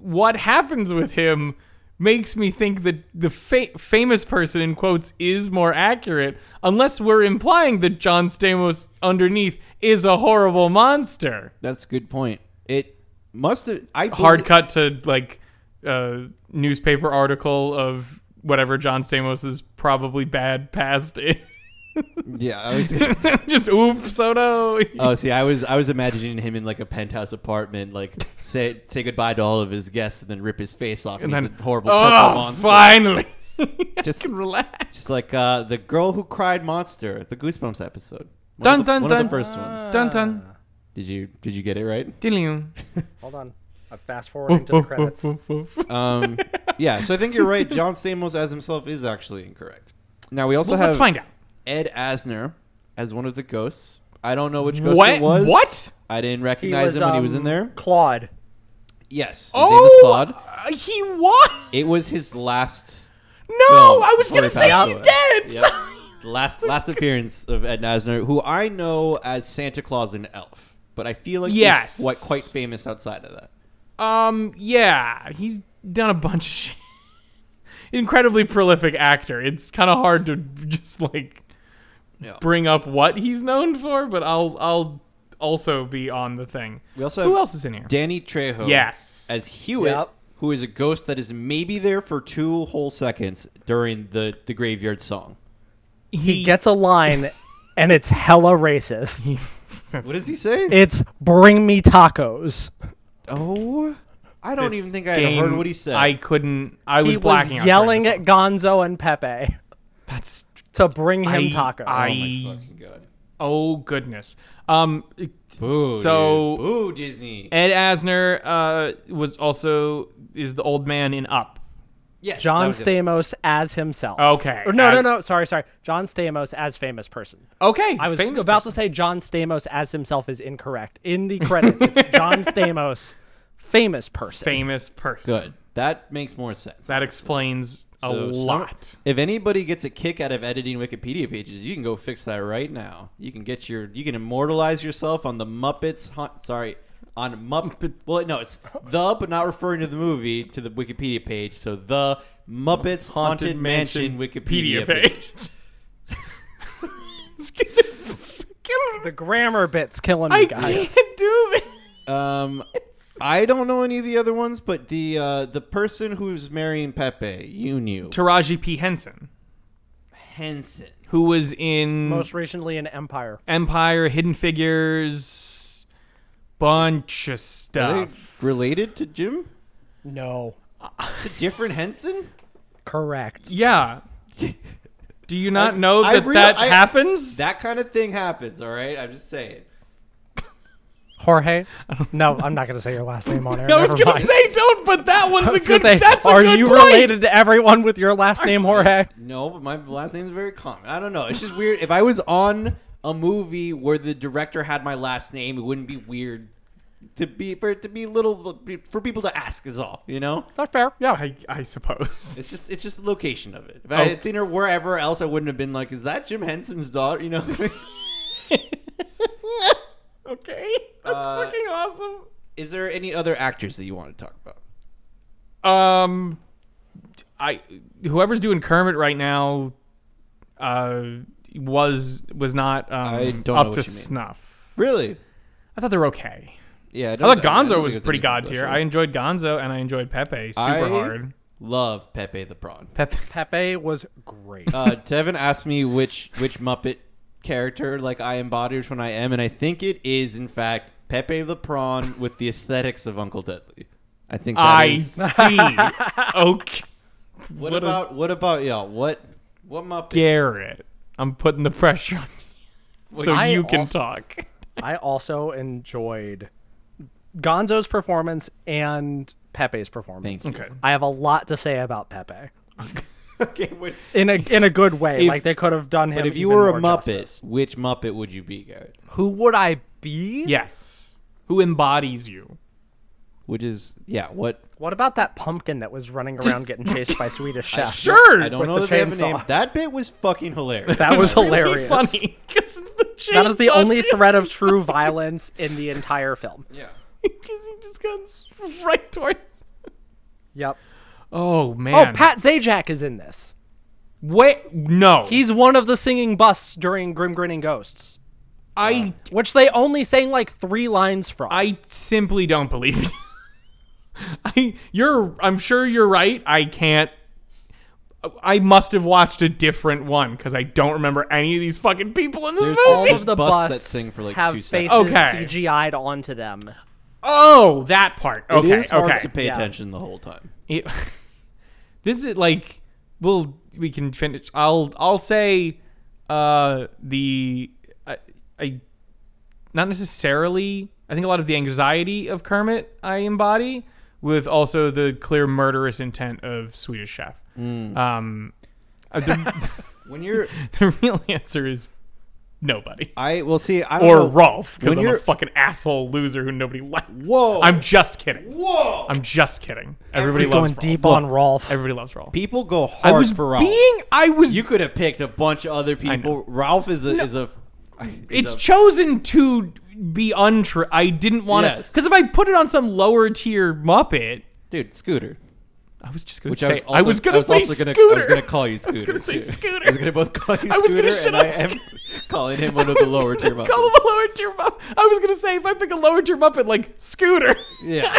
Speaker 1: what happens with him makes me think that the fa- famous person in quotes is more accurate, unless we're implying that John Stamos underneath is a horrible monster.
Speaker 2: That's a good point. It must have. I
Speaker 1: Hard
Speaker 2: believe-
Speaker 1: cut to like a newspaper article of whatever John Stamos's probably bad past is.
Speaker 2: Yeah. I was,
Speaker 1: Just oops, so no.
Speaker 2: oh, see, I was I was imagining him in like a penthouse apartment, like say say goodbye to all of his guests, and then rip his face off, and,
Speaker 1: And
Speaker 2: he's
Speaker 1: then-
Speaker 2: a horrible purple
Speaker 1: Oh,
Speaker 2: monster.
Speaker 1: finally.
Speaker 2: Just
Speaker 1: Relax.
Speaker 2: just like uh, the girl who cried monster, the Goosebumps episode. One
Speaker 1: Dun,
Speaker 2: of the,
Speaker 1: dun,
Speaker 2: one
Speaker 1: dun. Ah.
Speaker 2: Of the first ones.
Speaker 1: Dun dun.
Speaker 2: Did you did you get it right?
Speaker 1: Dillium.
Speaker 4: Hold on. I'm fast forwarding to the credits.
Speaker 2: Um, yeah. So I think you're right. John Stamos as himself is actually incorrect. Now we also
Speaker 1: Well,
Speaker 2: have
Speaker 1: let's find out.
Speaker 2: Ed Asner as one of the ghosts. I don't know which ghost
Speaker 1: What?
Speaker 2: it was.
Speaker 1: What?
Speaker 2: I didn't
Speaker 3: He
Speaker 2: recognize him when he was in
Speaker 3: um,
Speaker 2: there.
Speaker 3: Claude.
Speaker 2: Yes. His name is
Speaker 1: Oh,
Speaker 2: Claude.
Speaker 1: uh, he what?
Speaker 2: It was his last
Speaker 1: No,
Speaker 2: film
Speaker 1: I was
Speaker 2: before
Speaker 1: gonna
Speaker 2: he
Speaker 1: say
Speaker 2: passed
Speaker 1: he's
Speaker 2: away.
Speaker 1: dead.
Speaker 2: Yep. last last appearance of Ed Asner, who I know as Santa Claus and Elf, but I feel like
Speaker 1: Yes.
Speaker 2: he's quite quite famous outside of that.
Speaker 1: Um, yeah, he's done a bunch of shit. Incredibly prolific actor. It's kind of hard to just like
Speaker 2: Yeah.
Speaker 1: bring up what he's known for, but I'll I'll also be on the thing.
Speaker 2: We also have
Speaker 1: Who else is in here?
Speaker 2: Danny Trejo.
Speaker 1: Yes.
Speaker 2: As Hewitt,
Speaker 3: Yep.
Speaker 2: who is a ghost that is maybe there for two whole seconds during the, the graveyard song.
Speaker 1: he
Speaker 4: Gets a line, and it's hella racist.
Speaker 2: What does he say?
Speaker 4: It's bring me tacos.
Speaker 2: oh, I don't even think I had
Speaker 1: game,
Speaker 2: heard what he said.
Speaker 1: I couldn't. I was
Speaker 4: he was
Speaker 1: blacking out. during
Speaker 4: yelling
Speaker 1: this
Speaker 4: at Gonzo and Pepe
Speaker 1: song. That's
Speaker 4: to bring him
Speaker 1: I-
Speaker 4: tacos.
Speaker 2: oh
Speaker 1: I-
Speaker 2: my fucking god.
Speaker 1: oh goodness. Um,
Speaker 2: Boo,
Speaker 1: So-
Speaker 2: dude. boo Disney.
Speaker 1: Ed Asner uh was also is the old man in Up.
Speaker 2: Yes, that
Speaker 4: John
Speaker 2: was it.
Speaker 4: Stamos as himself.
Speaker 1: Okay,
Speaker 4: Or no,
Speaker 1: as-
Speaker 4: no, no. Sorry, sorry. John Stamos as famous person.
Speaker 1: Okay,
Speaker 4: I was
Speaker 1: famous
Speaker 4: about to say John Stamos as himself is incorrect. In the credits, it's John Stamos, famous person.
Speaker 1: famous person.
Speaker 2: Good. That makes more sense.
Speaker 1: That explains a
Speaker 2: So some-
Speaker 1: lot.
Speaker 2: if anybody gets a kick out of editing Wikipedia pages, you can go fix that right now. You can get your, you can immortalize yourself on the Muppets. Haunt, sorry, on Muppet. Well, no, it's the, but not referring to the movie to the Wikipedia page. So the Muppets Haunted, Mansion, Wikipedia, page.
Speaker 1: It's gonna- gonna-
Speaker 4: The grammar bit's killing
Speaker 1: I
Speaker 4: me, guys.
Speaker 1: can't do this.
Speaker 2: Um, I don't know any of the other ones, but the uh, the person who's marrying Pepe, you knew
Speaker 1: Taraji P Henson,
Speaker 2: Henson.
Speaker 1: who was in
Speaker 4: Most recently in Empire.
Speaker 1: Empire, Hidden Figures, bunch of
Speaker 2: Are they
Speaker 1: stuff.
Speaker 2: related to Jim?
Speaker 4: No.
Speaker 2: It's a different Henson.
Speaker 4: Correct.
Speaker 1: Yeah. Do you not
Speaker 2: I-
Speaker 1: know
Speaker 2: I
Speaker 1: that
Speaker 2: real-
Speaker 1: that
Speaker 2: I-
Speaker 1: happens?
Speaker 2: That kind of thing happens, all right? I'm just saying.
Speaker 4: Jorge? No, I'm not going to say your last name on air.
Speaker 1: I was
Speaker 4: Never
Speaker 1: gonna
Speaker 4: mind.
Speaker 1: say don't, but that one's
Speaker 4: I
Speaker 1: a
Speaker 4: was
Speaker 1: good.
Speaker 4: gonna say,
Speaker 1: that's a
Speaker 4: are
Speaker 1: good
Speaker 4: you
Speaker 1: point.
Speaker 4: related to everyone with your last name, Jorge?
Speaker 2: No, but my last name is very common. I don't know. It's just weird. If I was on a movie where the director had my last name, it wouldn't be weird to be for it to be little for people to ask is all, you know?
Speaker 4: That's fair. Yeah.
Speaker 1: I, I suppose.
Speaker 2: It's just it's just the location of it. If I
Speaker 1: Oh.
Speaker 2: had seen her wherever else, I wouldn't have been like, "Is that Jim Henson's daughter?" You know.
Speaker 1: Okay, that's
Speaker 2: Uh,
Speaker 1: fucking awesome.
Speaker 2: is there any other actors that you want to talk about?
Speaker 1: Um, I whoever's doing Kermit right now, uh, was was not um,
Speaker 2: I don't know
Speaker 1: up
Speaker 2: what
Speaker 1: to
Speaker 2: you mean.
Speaker 1: snuff.
Speaker 2: Really?
Speaker 1: I thought they were okay.
Speaker 2: Yeah.
Speaker 1: I thought
Speaker 2: don't- don't
Speaker 1: Gonzo
Speaker 2: think
Speaker 1: was
Speaker 2: there's
Speaker 1: pretty
Speaker 2: anything
Speaker 1: god tier.
Speaker 2: special.
Speaker 1: I enjoyed Gonzo and I enjoyed Pepe super
Speaker 2: I-
Speaker 1: hard.
Speaker 2: love Pepe the Prawn.
Speaker 1: Pepe.
Speaker 4: Pepe was great.
Speaker 2: uh, Devin asked me which which Muppet character like I embody which one I am, and I think it is in fact Pepe the Prawn with the aesthetics of Uncle Dudley. I think that
Speaker 1: I
Speaker 2: is.
Speaker 1: see. okay, what
Speaker 2: What,
Speaker 1: a-
Speaker 2: about what about y'all? What what Muppet?
Speaker 1: Garrett, I'm putting the pressure on you, so
Speaker 4: I
Speaker 1: you can
Speaker 4: also-
Speaker 1: talk.
Speaker 4: I also enjoyed Gonzo's performance and Pepe's performance.
Speaker 2: Thank you.
Speaker 1: Okay.
Speaker 4: I have a lot to say about Pepe
Speaker 2: Okay, wait.
Speaker 4: in a in a good way.
Speaker 1: If-
Speaker 4: like they could have done him.
Speaker 2: But if you
Speaker 4: even
Speaker 2: were a
Speaker 4: more
Speaker 2: Muppet,
Speaker 4: justice.
Speaker 2: which Muppet would you be, Garrett?
Speaker 4: who would I be?
Speaker 1: Yes, who embodies you?
Speaker 2: Which is yeah. What?
Speaker 4: What about that pumpkin that was running around getting chased by Swedish chef?
Speaker 1: Sure.
Speaker 2: I don't
Speaker 4: With
Speaker 2: know
Speaker 4: the
Speaker 2: that they have a
Speaker 4: chainsaw.
Speaker 2: name. That bit was fucking hilarious.
Speaker 4: That was
Speaker 1: It's really
Speaker 4: hilarious.
Speaker 1: funny 'cause it's the
Speaker 4: That is the
Speaker 1: chainsaw
Speaker 4: only
Speaker 1: dude.
Speaker 4: threat of true violence in the entire film.
Speaker 2: yeah.
Speaker 1: because he just goes right towards.
Speaker 4: Yep.
Speaker 1: Oh man!
Speaker 4: Oh, Pat Zajac is in this.
Speaker 1: Wait, no.
Speaker 4: He's one of the singing busts during Grim Grinning Ghosts,
Speaker 1: I
Speaker 4: which they only sang like three lines from.
Speaker 1: I simply don't believe you. I you're I'm sure you're right. I can't. I must have watched a different one because I don't remember any of these fucking people in this
Speaker 2: There's all
Speaker 1: movie.
Speaker 4: all of the
Speaker 2: busts that
Speaker 4: busts
Speaker 2: sing for, like,
Speaker 4: have
Speaker 2: two
Speaker 4: faces
Speaker 2: seconds.
Speaker 1: Okay.
Speaker 4: CGI'd onto them.
Speaker 1: oh, that part.
Speaker 2: It
Speaker 1: Okay,
Speaker 2: is hard
Speaker 1: okay.
Speaker 2: to pay
Speaker 4: Yeah.
Speaker 2: attention the whole time.
Speaker 1: It- this is like we'll we can finish i'll i'll say uh the I, I not necessarily i think a lot of the anxiety of kermit i embody with also
Speaker 2: Mm.
Speaker 1: the clear murderous intent of swedish chef um uh, the-
Speaker 2: When you're,
Speaker 1: The real answer is nobody.
Speaker 2: I will see. I don't
Speaker 1: Or
Speaker 2: know.
Speaker 1: Rolf, because
Speaker 2: when
Speaker 1: I'm a
Speaker 2: you're-
Speaker 1: fucking asshole loser who nobody likes.
Speaker 2: Whoa.
Speaker 1: I'm just kidding.
Speaker 2: Whoa!
Speaker 1: I'm just kidding. Everybody
Speaker 2: He's
Speaker 1: loves
Speaker 4: going
Speaker 1: Rolf.
Speaker 4: deep on Rolf.
Speaker 1: Everybody loves Rolf.
Speaker 2: People go hard
Speaker 1: I was
Speaker 2: for Ralph.
Speaker 1: being. I was.
Speaker 2: you could have picked a bunch of other people.
Speaker 1: know.
Speaker 2: Ralph is a is a. is
Speaker 1: it's
Speaker 2: a-
Speaker 1: chosen to be untrue. I didn't want to.
Speaker 2: Yes.
Speaker 1: Because if I put it on some lower tier Muppet,
Speaker 2: dude Scooter.
Speaker 1: I was just gonna
Speaker 2: Which
Speaker 1: say.
Speaker 2: I was, also,
Speaker 1: I was gonna
Speaker 2: I was
Speaker 1: say
Speaker 2: also gonna,
Speaker 1: Scooter.
Speaker 2: I was gonna call you Scooter.
Speaker 1: gonna say
Speaker 2: too.
Speaker 1: Scooter.
Speaker 2: I was gonna both call you Scooter.
Speaker 1: I was gonna shut
Speaker 2: and
Speaker 1: up
Speaker 2: I am
Speaker 1: Scooter.
Speaker 2: calling him one of the lower tier
Speaker 1: Call
Speaker 2: Muppets.
Speaker 1: him a lower tier Muppet. I was gonna say if I pick a lower tier Muppet like Scooter.
Speaker 2: Yeah.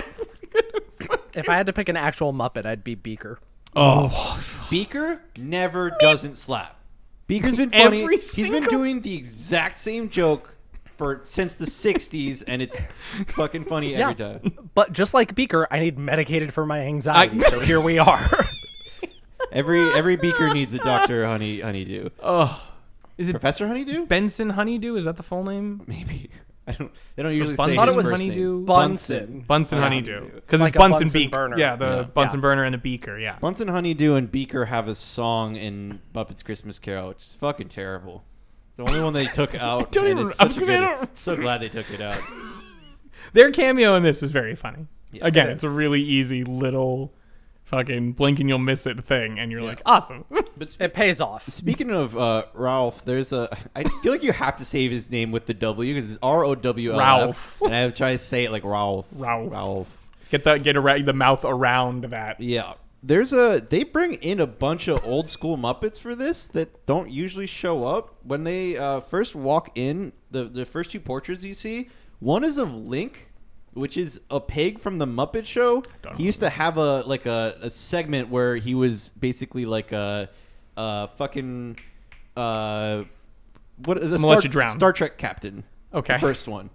Speaker 4: If I had to pick an actual Muppet, I'd be Beaker.
Speaker 1: Oh,
Speaker 2: Beaker never doesn't slap. Beaker's been funny.
Speaker 1: Every
Speaker 2: He's been
Speaker 1: single-
Speaker 2: doing the exact same joke for since the '60s, and it's fucking funny every
Speaker 4: Yeah.
Speaker 2: time.
Speaker 4: But just like Beaker, I need medicated for my anxiety.
Speaker 1: I-
Speaker 4: so here we are.
Speaker 2: Every every Beaker needs a Doctor Honey Honeydew.
Speaker 1: Oh. is it
Speaker 2: Professor Honeydew?
Speaker 1: Benson Honeydew? Is that the full name?
Speaker 2: Maybe. I don't. They don't usually
Speaker 1: Bunsen
Speaker 2: say
Speaker 1: Thought
Speaker 2: his
Speaker 1: it was
Speaker 2: first name.
Speaker 1: Honeydew.
Speaker 4: Bunsen.
Speaker 1: Bunsen
Speaker 2: Yeah.
Speaker 1: Honeydew, because
Speaker 4: Like
Speaker 1: it's
Speaker 4: a
Speaker 1: Bunsen,
Speaker 4: Bunsen
Speaker 1: beak.
Speaker 4: burner.
Speaker 1: Yeah, the
Speaker 2: Yeah.
Speaker 1: Bunsen
Speaker 4: Yeah.
Speaker 1: burner and the beaker. Yeah.
Speaker 2: Bunsen Honeydew and Beaker have a song in Muppets Christmas Carol, which is fucking terrible. It's the only one they took out.
Speaker 1: don't
Speaker 2: and
Speaker 1: even-
Speaker 2: it's
Speaker 1: I was
Speaker 2: such a
Speaker 1: gonna say, I
Speaker 2: good-
Speaker 1: don't-
Speaker 2: So glad they took it out.
Speaker 1: Their cameo in this is very funny.
Speaker 2: Yeah,
Speaker 1: Again,
Speaker 2: it
Speaker 1: it's a really easy little fucking blink and you'll miss it thing, and you're like, awesome.
Speaker 2: But spe-
Speaker 4: It pays off.
Speaker 2: speaking of uh, Ralph, there's a. I feel like you have to save his name with the W because it's R O W L F,
Speaker 1: Ralph.
Speaker 2: and I try to say it like Ralph.
Speaker 1: Ralph.
Speaker 2: Ralph.
Speaker 1: get the get around the mouth around that.
Speaker 2: Yeah. There's a they bring in a bunch of old school Muppets for this that don't usually show up. When they uh, first walk in, the the first two portraits you see, one is of Link, which is a pig from the Muppet Show.
Speaker 1: don't know
Speaker 2: He used to have a like a, a segment where he was basically like a, a fucking uh what is a
Speaker 1: I'ma let
Speaker 2: Star,
Speaker 1: you drown.
Speaker 2: Star Trek captain.
Speaker 1: Okay.
Speaker 2: The first one.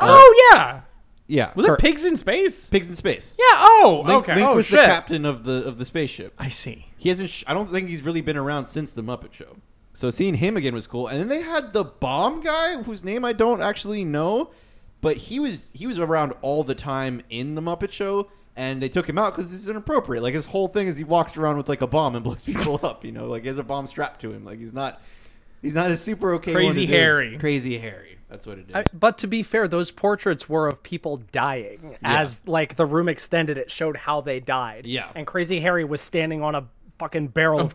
Speaker 1: Oh yeah,
Speaker 2: Yeah.
Speaker 1: was
Speaker 2: Cur-
Speaker 1: it pigs in space?
Speaker 2: Pigs in space.
Speaker 1: Yeah. Oh,
Speaker 2: Link,
Speaker 1: okay.
Speaker 2: Link
Speaker 1: oh
Speaker 2: was
Speaker 1: shit.
Speaker 2: the captain of the of the spaceship.
Speaker 1: I see.
Speaker 2: He hasn't. Sh- I don't think he's really been around since the Muppet Show. So seeing him again was cool. And then they had the bomb guy, whose name I don't actually know, but he was he was around all the time in the Muppet Show, and they took him out because it's inappropriate. Like his whole thing is he walks around with like a bomb and blows people up. You know, like he has a bomb strapped to him. Like he's not he's not a super okay. one
Speaker 1: Crazy
Speaker 2: to do.
Speaker 1: Harry.
Speaker 2: Crazy Harry. That's what it is.
Speaker 4: I- but to be fair, those portraits were of people dying. As like the room extended, it showed how they died.
Speaker 2: Yeah.
Speaker 4: And Crazy Harry was standing on a fucking barrel of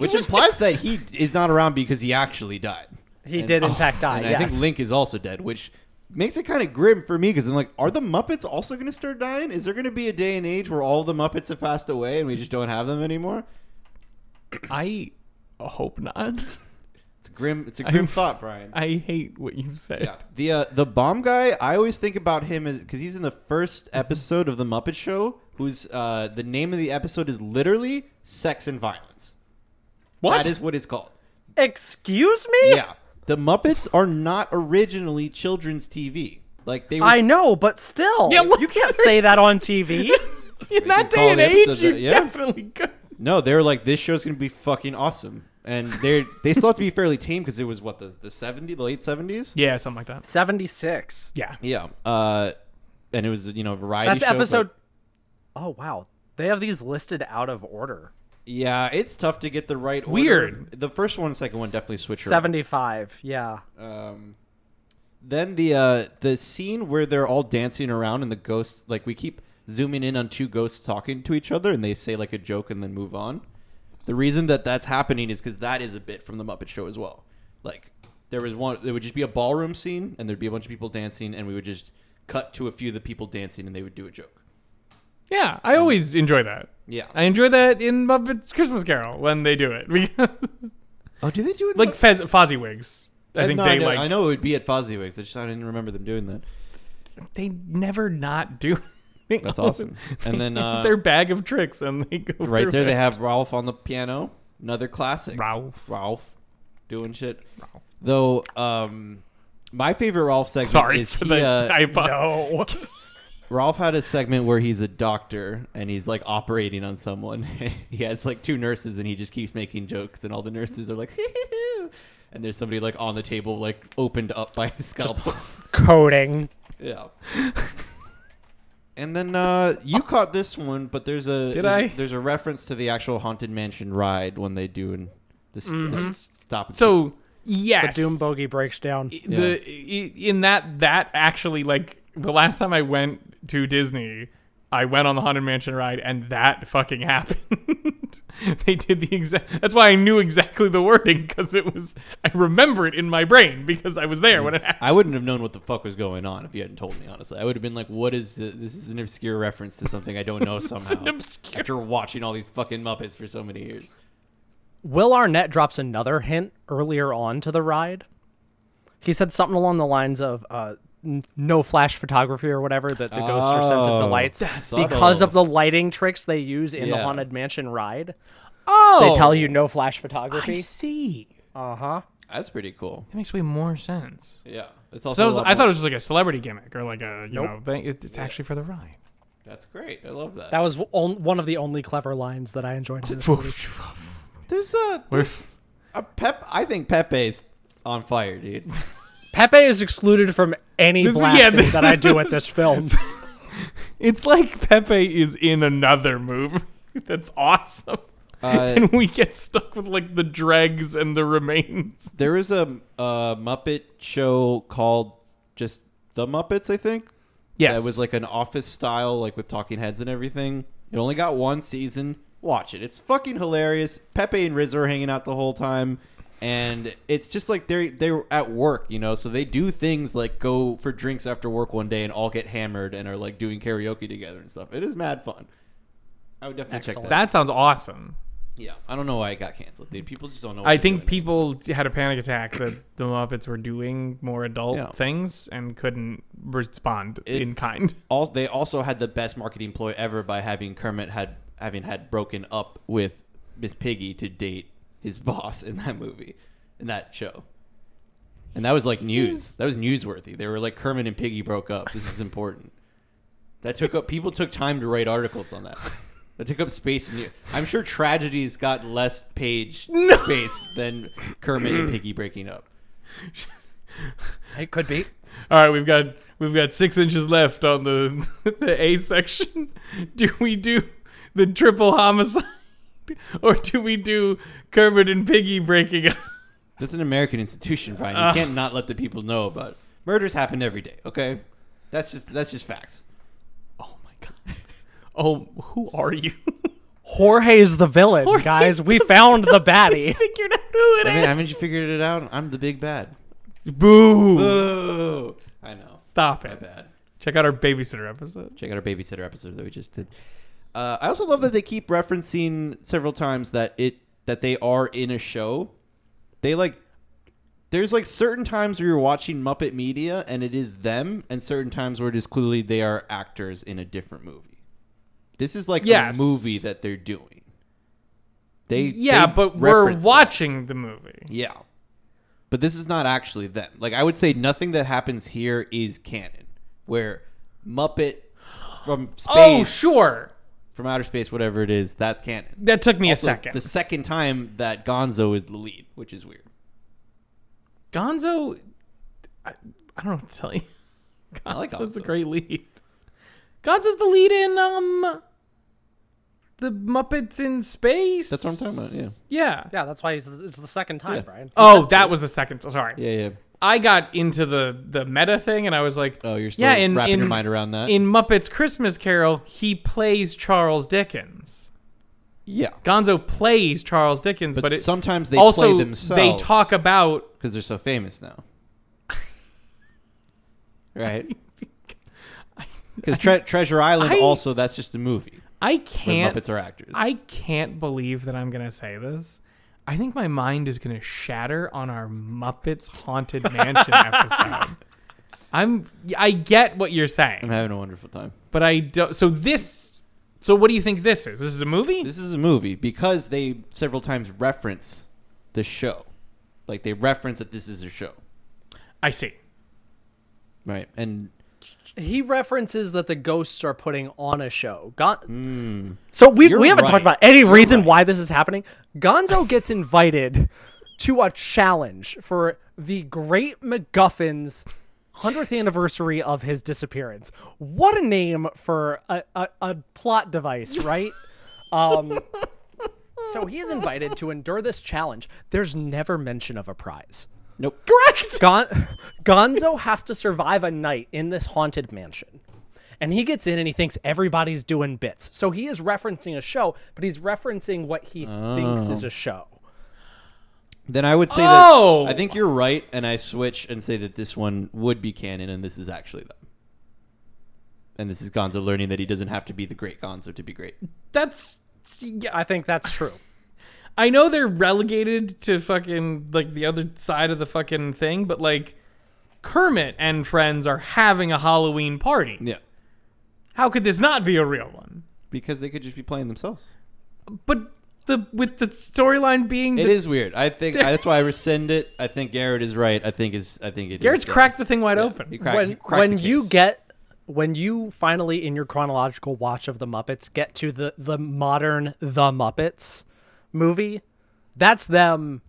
Speaker 2: Which implies that he is not around because he actually died.
Speaker 4: he did in fact die.
Speaker 2: Oh, And
Speaker 4: yes.
Speaker 2: I think Link is also dead, which makes it kind of grim for me because I'm like, are the Muppets also going to start dying? Is there going to be a day and age where all the Muppets have passed away and we just don't have them anymore?
Speaker 1: I hope not.
Speaker 2: It's a grim. It's a grim thought, Brian.
Speaker 1: I hate what you've said.
Speaker 2: yeah. The uh, the bomb guy. I always think about him as because he's in the first episode of the Muppet Show. Who's uh, the name of the episode is literally "Sex and Violence."
Speaker 1: What?
Speaker 2: That is what it's called.
Speaker 4: Excuse me?
Speaker 2: Yeah. The Muppets are not originally children's TV. Like they were
Speaker 4: I know, but still,
Speaker 1: Yeah, look-
Speaker 4: you can't say that on TV.
Speaker 1: In that
Speaker 2: call
Speaker 1: day and
Speaker 2: the
Speaker 1: age,
Speaker 2: episode
Speaker 1: you
Speaker 2: that, yeah.
Speaker 1: definitely could.
Speaker 2: No, they were like, this show's gonna be fucking awesome, and they they still have to be fairly tame because it was what the the seventy, the late seventies.
Speaker 1: Yeah, something like that.
Speaker 4: Seventy six.
Speaker 1: Yeah.
Speaker 2: Yeah. Uh, and it was you know a variety.
Speaker 4: That's
Speaker 2: show, but-
Speaker 4: episode. Oh wow, they have these listed out of order.
Speaker 2: yeah, it's tough to get the right. order.
Speaker 1: Weird.
Speaker 2: The first one, and second one definitely switch. around.
Speaker 4: Seventy five. Yeah.
Speaker 2: Um, then the uh the scene where they're all dancing around and the ghosts like we keep zooming in on two ghosts talking to each other and they say like a joke and then move on. The reason that that's happening is because that is a bit from the Muppet Show as well. Like there was one, there would just be a ballroom scene and there'd be a bunch of people dancing and we would just cut to a few of the people dancing and they would do a joke.
Speaker 1: Yeah, I always enjoy that.
Speaker 2: Yeah.
Speaker 1: I enjoy that in Muppets Christmas Carol when they do it. Because,
Speaker 2: Oh, do they do it
Speaker 1: like Fez- Fozziwigs. I think
Speaker 2: Uh, no,
Speaker 1: they
Speaker 2: know,
Speaker 1: like
Speaker 2: I know it would be at Fozziwigs. I just I didn't remember them doing that.
Speaker 1: they never not do.
Speaker 2: That's awesome. And then uh,
Speaker 1: their bag of tricks and they go
Speaker 2: right
Speaker 1: through
Speaker 2: there
Speaker 1: it.
Speaker 2: they have Ralph on the piano. Another classic.
Speaker 1: Ralph.
Speaker 2: Ralph doing shit. Though um my favorite Ralph segment
Speaker 1: Sorry
Speaker 2: is
Speaker 1: for
Speaker 2: he,
Speaker 1: the
Speaker 2: uh,
Speaker 1: typo.
Speaker 4: No.
Speaker 2: Ralph had a segment where he's a doctor and he's like operating on someone. he has like two nurses and he just keeps making jokes and all the nurses are like and there's somebody like on the table like opened up by his scalpel.
Speaker 4: Coding.
Speaker 2: yeah. And then uh, you caught this one, but there's a
Speaker 1: Did
Speaker 2: there's,
Speaker 1: I?
Speaker 2: there's a reference to the actual haunted mansion ride when they do in this, this stop.
Speaker 1: Mm-hmm.
Speaker 2: and
Speaker 1: So yes,
Speaker 3: Doom Bogey breaks down.
Speaker 1: the i in that that actually like the last time I went to Disney, I went on the haunted mansion ride and that fucking happened. they did the exact. That's why I knew exactly the wording because it was I remember it in my brain because I was there when it happened.
Speaker 2: I wouldn't have known what the fuck was going on if you hadn't told me. Honestly, I would have been like, "What is this? This is an obscure reference to something I don't know
Speaker 1: an
Speaker 2: somehow."
Speaker 1: obscure-
Speaker 2: After watching all these fucking Muppets for so many years,
Speaker 4: Will Arnett drops another hint earlier on to the ride. He said something along the lines of uh, n- no flash photography or whatever that the ghosts are sensitive to
Speaker 2: Oh,
Speaker 4: lights
Speaker 2: subtle.
Speaker 4: because of the lighting tricks they use in the
Speaker 2: Yeah.
Speaker 4: Haunted Mansion ride.
Speaker 1: Oh,
Speaker 4: They tell you no flash
Speaker 1: I
Speaker 4: photography.
Speaker 1: see.
Speaker 4: Uh huh.
Speaker 2: that's pretty cool.
Speaker 1: That makes way more sense.
Speaker 2: Yeah, it's
Speaker 1: So
Speaker 2: also.
Speaker 1: I, was,
Speaker 2: a lot
Speaker 1: I thought
Speaker 2: more-
Speaker 1: it was just like a celebrity gimmick or like a you know thing. It, it's actually for the ride.
Speaker 2: that's great. I love that.
Speaker 3: That was on- one of the only clever lines that I enjoyed. in this movie.
Speaker 2: there's a there's a Pep. I think Pepe's on fire, dude.
Speaker 3: Pepe is excluded from any
Speaker 1: This is- yeah,
Speaker 3: blasting that I do at this film.
Speaker 1: It's like Pepe is in another movie. That's awesome.
Speaker 2: Uh,
Speaker 1: and we get stuck with like the dregs and the remains.
Speaker 2: There is a, a Muppet show called just The Muppets, I think.
Speaker 1: Yes.
Speaker 2: That was like an office style, like with talking heads and everything. It only got one season. Watch it. It's fucking hilarious. Pepe and Rizzo are hanging out the whole time. And it's just like they're they're at work, you know, so they do things like go for drinks after work one day and all get hammered and are like doing karaoke together and stuff. It is mad fun. I would definitely check
Speaker 4: Excellent.
Speaker 2: that. out.
Speaker 1: that sounds awesome.
Speaker 2: Yeah, I don't know why it got canceled, dude. People just don't know. What
Speaker 1: I
Speaker 2: they're
Speaker 1: think
Speaker 2: doing.
Speaker 1: people had a panic attack that the Muppets were doing more adult
Speaker 2: Yeah.
Speaker 1: things and couldn't respond
Speaker 2: It-
Speaker 1: in kind.
Speaker 2: also they also had the best marketing ploy ever by having Kermit had having had broken up with Miss Piggy to date his boss in that movie, in that show. And that was like news. That was newsworthy. They were like Kermit and Piggy broke up. This is important. That took up people took time to write articles on that. That took up space. In the, I'm sure tragedies got less page space than Kermit and Piggy breaking up.
Speaker 4: It could be.
Speaker 1: All right, we've got we've got six inches left on the the A section. Do we do the triple homicide, or do we do Kermit and Piggy breaking up?
Speaker 2: That's an American institution, Brian. You can't not let the people know about it. Murders happen every day, okay? That's just that's just facts.
Speaker 1: Oh my god! Oh, who are you?
Speaker 4: Jorge is the villain,
Speaker 1: Jorge's
Speaker 4: guys. We found the baddie.
Speaker 1: Figured out who it
Speaker 2: I mean,
Speaker 1: is.
Speaker 2: haven't you figured it out? I'm the big bad.
Speaker 1: Boo!
Speaker 2: Boo! I know.
Speaker 1: Stop
Speaker 2: My
Speaker 1: it.
Speaker 2: bad.
Speaker 1: Check out our babysitter episode.
Speaker 2: Check out our babysitter episode that we just did. Uh, I also love that they keep referencing several times that it that they are in a show. They like there's like certain times where you're watching Muppet Media and it is them, and certain times where it is clearly they are actors in a different movie. This is like
Speaker 1: Yes.
Speaker 2: a movie that they're doing. They
Speaker 1: Yeah,
Speaker 2: they
Speaker 1: but we're
Speaker 2: reference that.
Speaker 1: watching the movie.
Speaker 2: Yeah. But this is not actually them. Like I would say nothing that happens here is canon. Where Muppet from space
Speaker 1: Oh, sure.
Speaker 2: from outer space, whatever it is, that's canon.
Speaker 1: That took me
Speaker 2: Also,
Speaker 1: a second.
Speaker 2: The second time that Gonzo is the lead, which is weird.
Speaker 1: Gonzo, I, I don't know what to tell you. Gonzo's
Speaker 2: like
Speaker 1: a
Speaker 2: Gonzo.
Speaker 1: great lead. Gonzo's the lead in um, the Muppets in Space.
Speaker 2: That's what I'm talking about. Yeah.
Speaker 1: Yeah.
Speaker 4: yeah, that's why he's, it's the second time,
Speaker 2: Yeah.
Speaker 4: Brian.
Speaker 1: Oh, that was the second. Sorry.
Speaker 2: Yeah, yeah.
Speaker 1: I got into the the meta thing, and I was like,
Speaker 2: Oh, you're still wrapping your mind around that?
Speaker 1: In Muppets Christmas Carol, he plays Charles Dickens.
Speaker 2: Yeah.
Speaker 1: Gonzo plays Charles Dickens,
Speaker 2: But,
Speaker 1: but, it,
Speaker 2: sometimes they
Speaker 1: also
Speaker 2: play
Speaker 1: they
Speaker 2: themselves
Speaker 1: talk about
Speaker 2: because they're so famous now. right? Because tre- Treasure Island
Speaker 1: I-
Speaker 2: also that's just a movie.
Speaker 1: I
Speaker 2: Where
Speaker 1: can't
Speaker 2: Muppets are actors.
Speaker 1: I can't believe that I'm gonna say this. I think my mind is gonna shatter on our Muppets Haunted Mansion episode. I'm I get what you're
Speaker 2: I'm
Speaker 1: saying,
Speaker 2: having a wonderful time.
Speaker 1: but I don't. So this. So what do you think this is? This is a movie.
Speaker 2: This is a movie because they several times reference the show. Like they reference that this is a show.
Speaker 1: I see.
Speaker 2: Right. And
Speaker 4: He references that the ghosts are putting on a show. Gon- so we,
Speaker 2: Hmm. You're
Speaker 4: we haven't
Speaker 2: right.
Speaker 4: talked about any reason
Speaker 2: right.
Speaker 4: why this is happening. Gonzo gets invited to a challenge for the Great MacGuffin's 100th anniversary of his disappearance. What a name for a, a, a plot device, right? Um, So he is invited to endure this challenge. There's never mention of a prize.
Speaker 2: Nope.
Speaker 4: Correct. Gon- Gonzo has to survive a night in this haunted mansion. And he gets in and he thinks everybody's doing bits. So he is referencing a show, but he's referencing what he thinks
Speaker 2: Oh.
Speaker 4: is a show.
Speaker 2: Then I would say
Speaker 1: Oh!
Speaker 2: that I think you're right, and I switch and say that this one would be canon, and this is actually them. And this is Gonzo learning that he doesn't have to be the great Gonzo to be great.
Speaker 1: That's yeah.
Speaker 4: I think that's true.
Speaker 1: I know they're relegated to fucking like the other side of the fucking thing, but like Kermit and friends are having a Halloween party.
Speaker 2: Yeah,
Speaker 1: How could this not be a real one?
Speaker 2: because they could just be playing themselves.
Speaker 1: But the with the storyline being
Speaker 2: It
Speaker 1: that
Speaker 2: is weird. I think that's why I rescind it. I think Garrett is right. I think is I think it. is
Speaker 1: Garrett's
Speaker 2: them.
Speaker 1: cracked the thing wide open.
Speaker 2: He cracked- he
Speaker 4: when
Speaker 2: cracked
Speaker 4: when
Speaker 2: the
Speaker 4: you
Speaker 2: case.
Speaker 4: get when you finally in your chronological watch of the Muppets get to the the modern The Muppets movie, that's them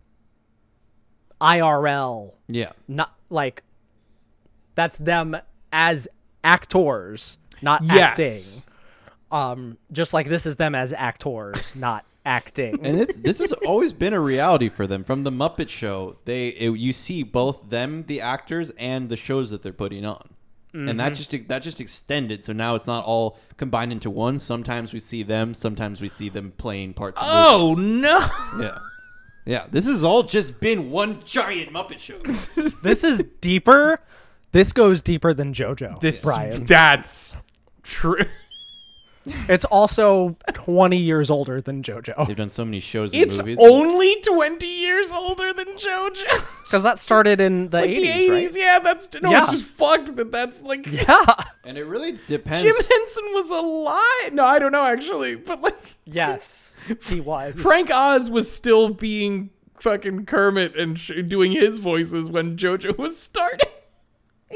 Speaker 4: IRL,
Speaker 2: yeah,
Speaker 4: not like that's them as actors, not
Speaker 1: Yes.
Speaker 4: acting. Um just like this is them as actors, not acting.
Speaker 2: and it's this has always been a reality for them from the Muppet Show. They it, you see both them, the actors, and the shows that they're putting on, and
Speaker 1: Mm-hmm.
Speaker 2: that just that just extended. So now it's not all combined into one. Sometimes we see them, sometimes we see them playing parts. Of
Speaker 1: Oh
Speaker 2: movies.
Speaker 1: no.
Speaker 2: yeah, yeah. This has all just been one giant Muppet Show.
Speaker 4: this is deeper. This goes deeper than JoJo.
Speaker 1: This
Speaker 4: Brian.
Speaker 1: that's true.
Speaker 4: It's also 20 years older than JoJo.
Speaker 2: They've done so many shows and
Speaker 1: It's
Speaker 2: movies.
Speaker 1: only 20 years older than JoJo.
Speaker 4: Because that started in the 80s,
Speaker 1: the 80s,
Speaker 4: right?
Speaker 1: yeah, that's no, it's
Speaker 4: Yeah.
Speaker 1: just fucked that that's like
Speaker 4: Yeah.
Speaker 2: and it really depends.
Speaker 1: Jim Henson was alive. No, I don't know actually, but like
Speaker 4: Yes, he was.
Speaker 1: Frank Oz was still being fucking Kermit and sh- doing his voices when JoJo was starting.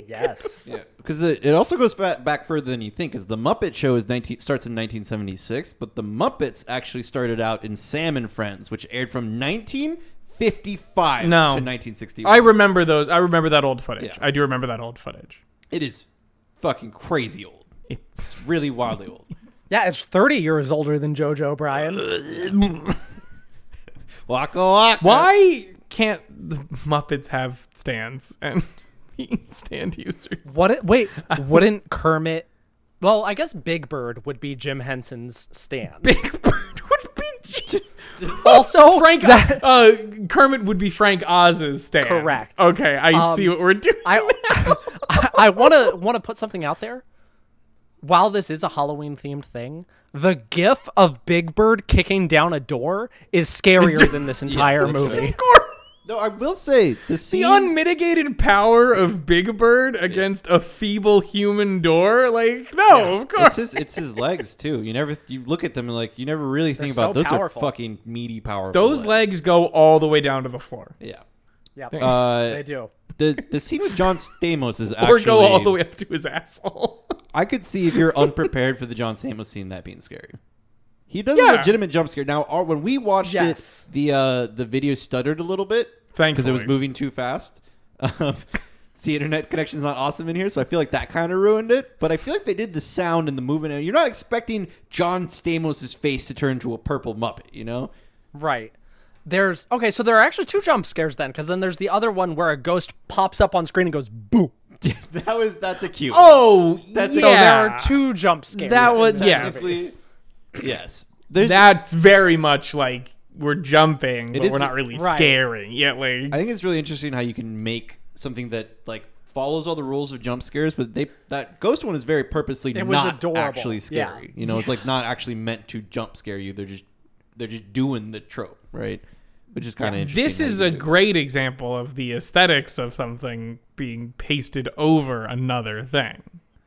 Speaker 4: Yes.
Speaker 2: because it, it also goes fa- back further than you think. Because the Muppet Show is 19, starts in 1976, but the Muppets actually started out in Sam and Friends, which aired from 1955
Speaker 1: No.
Speaker 2: to 1961.
Speaker 1: I remember those. I remember that old footage.
Speaker 2: Yeah.
Speaker 1: I do remember that old footage.
Speaker 2: it is fucking crazy old.
Speaker 1: It's
Speaker 2: Really wildly old.
Speaker 4: Yeah, it's 30 years older than JoJo, Brian.
Speaker 2: Waka waka.
Speaker 1: Why can't the Muppets have stands and be stand users?
Speaker 4: What? It, wait, wouldn't Kermit. Well, I guess Big Bird would be Jim Henson's stand.
Speaker 1: Big Bird would be J-
Speaker 4: Also,
Speaker 1: Frank.
Speaker 4: that-
Speaker 1: uh, Kermit would be Frank Oz's stand.
Speaker 4: Correct.
Speaker 1: Okay, I
Speaker 2: Um,
Speaker 1: see what we're doing.
Speaker 4: I I want to want to put something out there. While this is a Halloween themed thing, the gif of Big Bird kicking down a door is scarier than this entire movie.
Speaker 1: of course.
Speaker 2: No, I will say the
Speaker 1: The
Speaker 2: scene.
Speaker 1: unmitigated power of Big Bird against a feeble human door, like no, of
Speaker 2: it's
Speaker 1: course.
Speaker 2: his, it's his legs too. You never you look at them and like you never really think
Speaker 4: They're
Speaker 2: about
Speaker 4: so
Speaker 2: those
Speaker 4: powerful.
Speaker 2: are fucking meaty, powerful.
Speaker 1: Those legs go all the way down to the floor,
Speaker 2: Yeah.
Speaker 4: Yep.
Speaker 2: Uh,
Speaker 4: they do.
Speaker 2: the the scene with John Stamos is
Speaker 1: or
Speaker 2: actually
Speaker 1: go all the way up to his asshole.
Speaker 2: I could see if you're unprepared for the John Stamos scene that being scary. He does
Speaker 1: Yeah.
Speaker 2: a legitimate jump scare. Now, our, when we watched
Speaker 4: Yes.
Speaker 2: it, the uh, the video stuttered a little bit because it was
Speaker 1: Thankfully.
Speaker 2: moving too fast. Um, the internet connection's not awesome in here, so I feel like that kind of ruined it. But I feel like they did the sound and the movement. and You're not expecting John Stamos' face to turn into a purple Muppet, you know?
Speaker 4: Right. There's okay, so there are actually two jump scares then, because then there's the other one where a ghost pops up on screen and goes boo.
Speaker 2: that was that's a cute. one.
Speaker 1: Oh,
Speaker 2: That's-
Speaker 1: yeah.
Speaker 4: So there are two jump scares.
Speaker 1: That
Speaker 4: in
Speaker 1: would-
Speaker 4: this
Speaker 1: yes.
Speaker 4: movie.
Speaker 2: Technically, yes. There's
Speaker 1: That's very much like we're jumping, but
Speaker 2: is-
Speaker 1: we're not really
Speaker 4: right.
Speaker 1: scaring yet. Like
Speaker 2: I think it's really interesting how you can make something that like follows all the rules of jump scares, but they that ghost one is very purposely
Speaker 4: It was
Speaker 2: not
Speaker 4: adorable.
Speaker 2: actually scary.
Speaker 4: Yeah.
Speaker 2: You know, it's like not actually meant to jump scare you. They're just they're just doing the trope, right? Which is kind of interesting.
Speaker 1: this
Speaker 2: how
Speaker 1: is
Speaker 2: you
Speaker 1: a
Speaker 2: do it.
Speaker 1: great example of the aesthetics of something being pasted over another thing.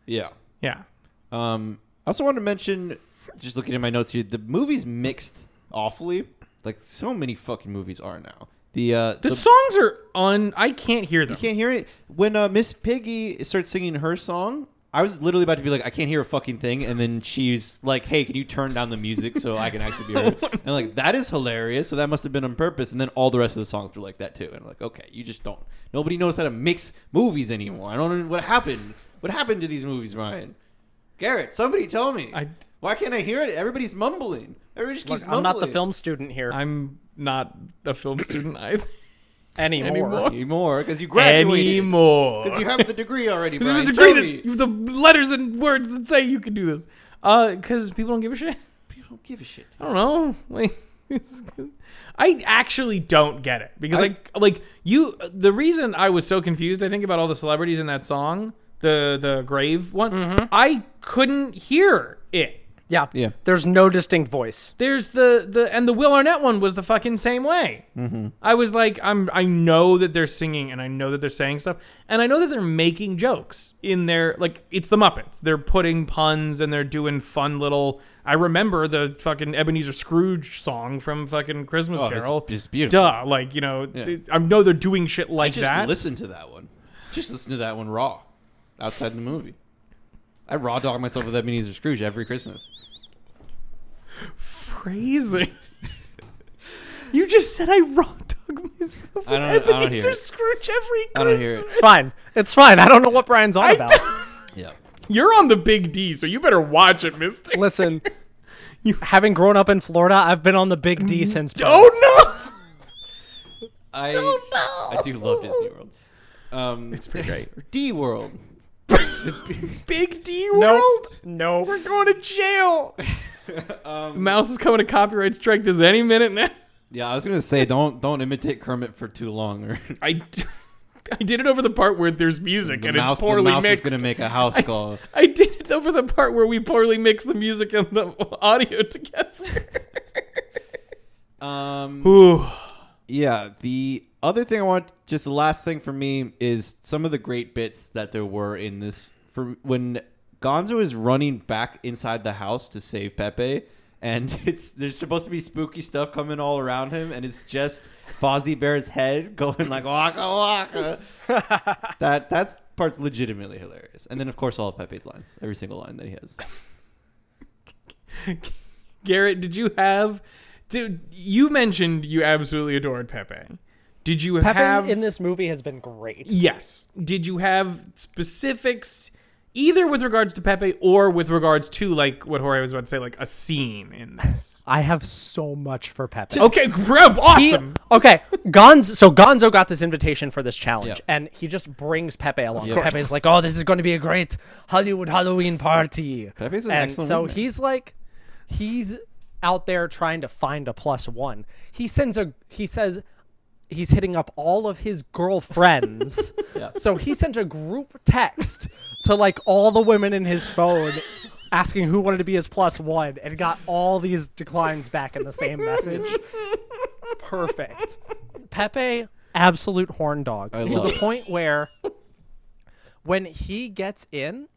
Speaker 2: yeah.
Speaker 1: Yeah.
Speaker 2: Um, I also wanted to mention, just looking at my notes here, the movies mixed awfully. Like so many fucking movies are now. The uh,
Speaker 1: The,
Speaker 2: the
Speaker 1: songs are on. I can't hear them.
Speaker 2: You can't hear it when uh, Miss Piggy starts singing her song. I was literally about to be like, I can't hear a fucking thing, and then she's like, Hey, can you turn down the music so I can actually be heard? And I'm like, that is hilarious. So that must have been on purpose. And then all the rest of the songs were like that too. And I'm like, okay, you just don't. Nobody knows how to mix movies anymore. I don't know what happened. What happened to these movies, Ryan? Garrett, somebody tell me.
Speaker 1: I-
Speaker 2: Why can't I hear it? Everybody's mumbling. Everybody just keeps
Speaker 4: Look, I'm not the
Speaker 2: mumbling.
Speaker 4: film student here
Speaker 1: I'm not a film student either
Speaker 4: anymore.
Speaker 1: anymore.
Speaker 2: anymore because you graduated.
Speaker 1: anymore.
Speaker 2: Because you have the degree already,
Speaker 1: You have
Speaker 2: Brian.
Speaker 1: the degree
Speaker 2: Tell
Speaker 1: that-
Speaker 2: me.
Speaker 1: you have the letters and words that say you can do this. Uh, because people don't give a shit.
Speaker 2: You don't give a shit.
Speaker 1: I don't know. Like, it's- I actually don't get it because like like you. The reason I was so confused, I think about all the celebrities in that song, the the grave one. I couldn't hear it.
Speaker 4: Yeah.
Speaker 2: Yeah.
Speaker 4: There's no distinct voice.
Speaker 1: There's the the and the Will Arnett one was the fucking same way.
Speaker 2: Mm-hmm.
Speaker 1: I was like, I'm I know that they're singing and I know that they're saying stuff and I know that they're making jokes in their like it's the Muppets. They're putting puns and they're doing fun little. I remember the fucking Ebenezer Scrooge song from fucking Christmas
Speaker 2: Oh, it's-
Speaker 1: Carol.
Speaker 2: it's beautiful.
Speaker 1: Duh, like you know, th- I know they're doing shit like
Speaker 2: Just
Speaker 1: that.
Speaker 2: listen to that one. Just listen to that one raw, outside the movie. I raw dog myself with Ebenezer Scrooge every Christmas.
Speaker 1: Crazy. you just said I raw dog myself.
Speaker 2: I don't- I
Speaker 1: with
Speaker 2: don't hear
Speaker 1: Ebenezer
Speaker 2: it.
Speaker 1: Scrooge every Christmas.
Speaker 2: I don't hear it.
Speaker 4: It's fine. It's fine. I don't know what Brian's on
Speaker 1: I
Speaker 4: about.
Speaker 1: don't-
Speaker 2: Yeah.
Speaker 1: You're on the big D, so you better watch it, mister.
Speaker 4: Listen, having grown up in Florida, I've been on the big D since. birth.
Speaker 1: Oh no!
Speaker 2: I I do love Disney World. Um, it's
Speaker 1: pretty great.
Speaker 2: D World.
Speaker 1: Big D
Speaker 4: Nope.
Speaker 1: world?
Speaker 4: Nope.
Speaker 1: We're going to jail. the mouse is coming to copyright strike this any minute now.
Speaker 2: Yeah, I was gonna say don't don't imitate Kermit for too long. Or
Speaker 1: I, d- I did it over the part where there's music
Speaker 2: the
Speaker 1: and
Speaker 2: mouse,
Speaker 1: it's poorly
Speaker 2: the mouse
Speaker 1: mixed.
Speaker 2: is gonna make a house call.
Speaker 1: I did it over the part where we poorly mix the music and the audio together.
Speaker 2: Um,
Speaker 1: Ooh.
Speaker 2: yeah. The other thing I want, just the last thing for me, is some of the great bits that there were in this. For when Gonzo is running back inside the house to save Pepe, and it's there's supposed to be spooky stuff coming all around him, and it's just Fozzie Bear's head going like waka waka. that that's part's legitimately hilarious. And then of course all of Pepe's lines, every single line that he has.
Speaker 1: Garrett, did you have. Dude, you mentioned you absolutely adored Pepe. Did you
Speaker 4: Pepe
Speaker 1: have.
Speaker 4: in this movie has been great.
Speaker 1: Yes. Did you have specifics either with regards to Pepe or with regards to like what Jorge was about to say, like a scene in this?
Speaker 4: I have so much for Pepe.
Speaker 1: Okay, grub,
Speaker 4: He-
Speaker 1: awesome.
Speaker 4: okay, Gonzo. So Gonzo got this invitation for this challenge,
Speaker 2: Yeah.
Speaker 4: and he just brings Pepe along.
Speaker 2: course.
Speaker 4: Pepe's like, "Oh, this is going to be a great Hollywood Halloween party."
Speaker 2: Pepe's an
Speaker 4: and
Speaker 2: excellent
Speaker 4: so
Speaker 2: wingman.
Speaker 4: he's like, he's out there trying to find a plus one. He sends a. He says. He's hitting up all of his girlfriends. So he sent a group text to like all the women in his phone asking who wanted to be his plus one and got all these declines back in the same message perfect. Pepe, absolute horn dog.
Speaker 2: I
Speaker 4: to
Speaker 2: love
Speaker 4: the
Speaker 2: it.
Speaker 4: point where when he gets in,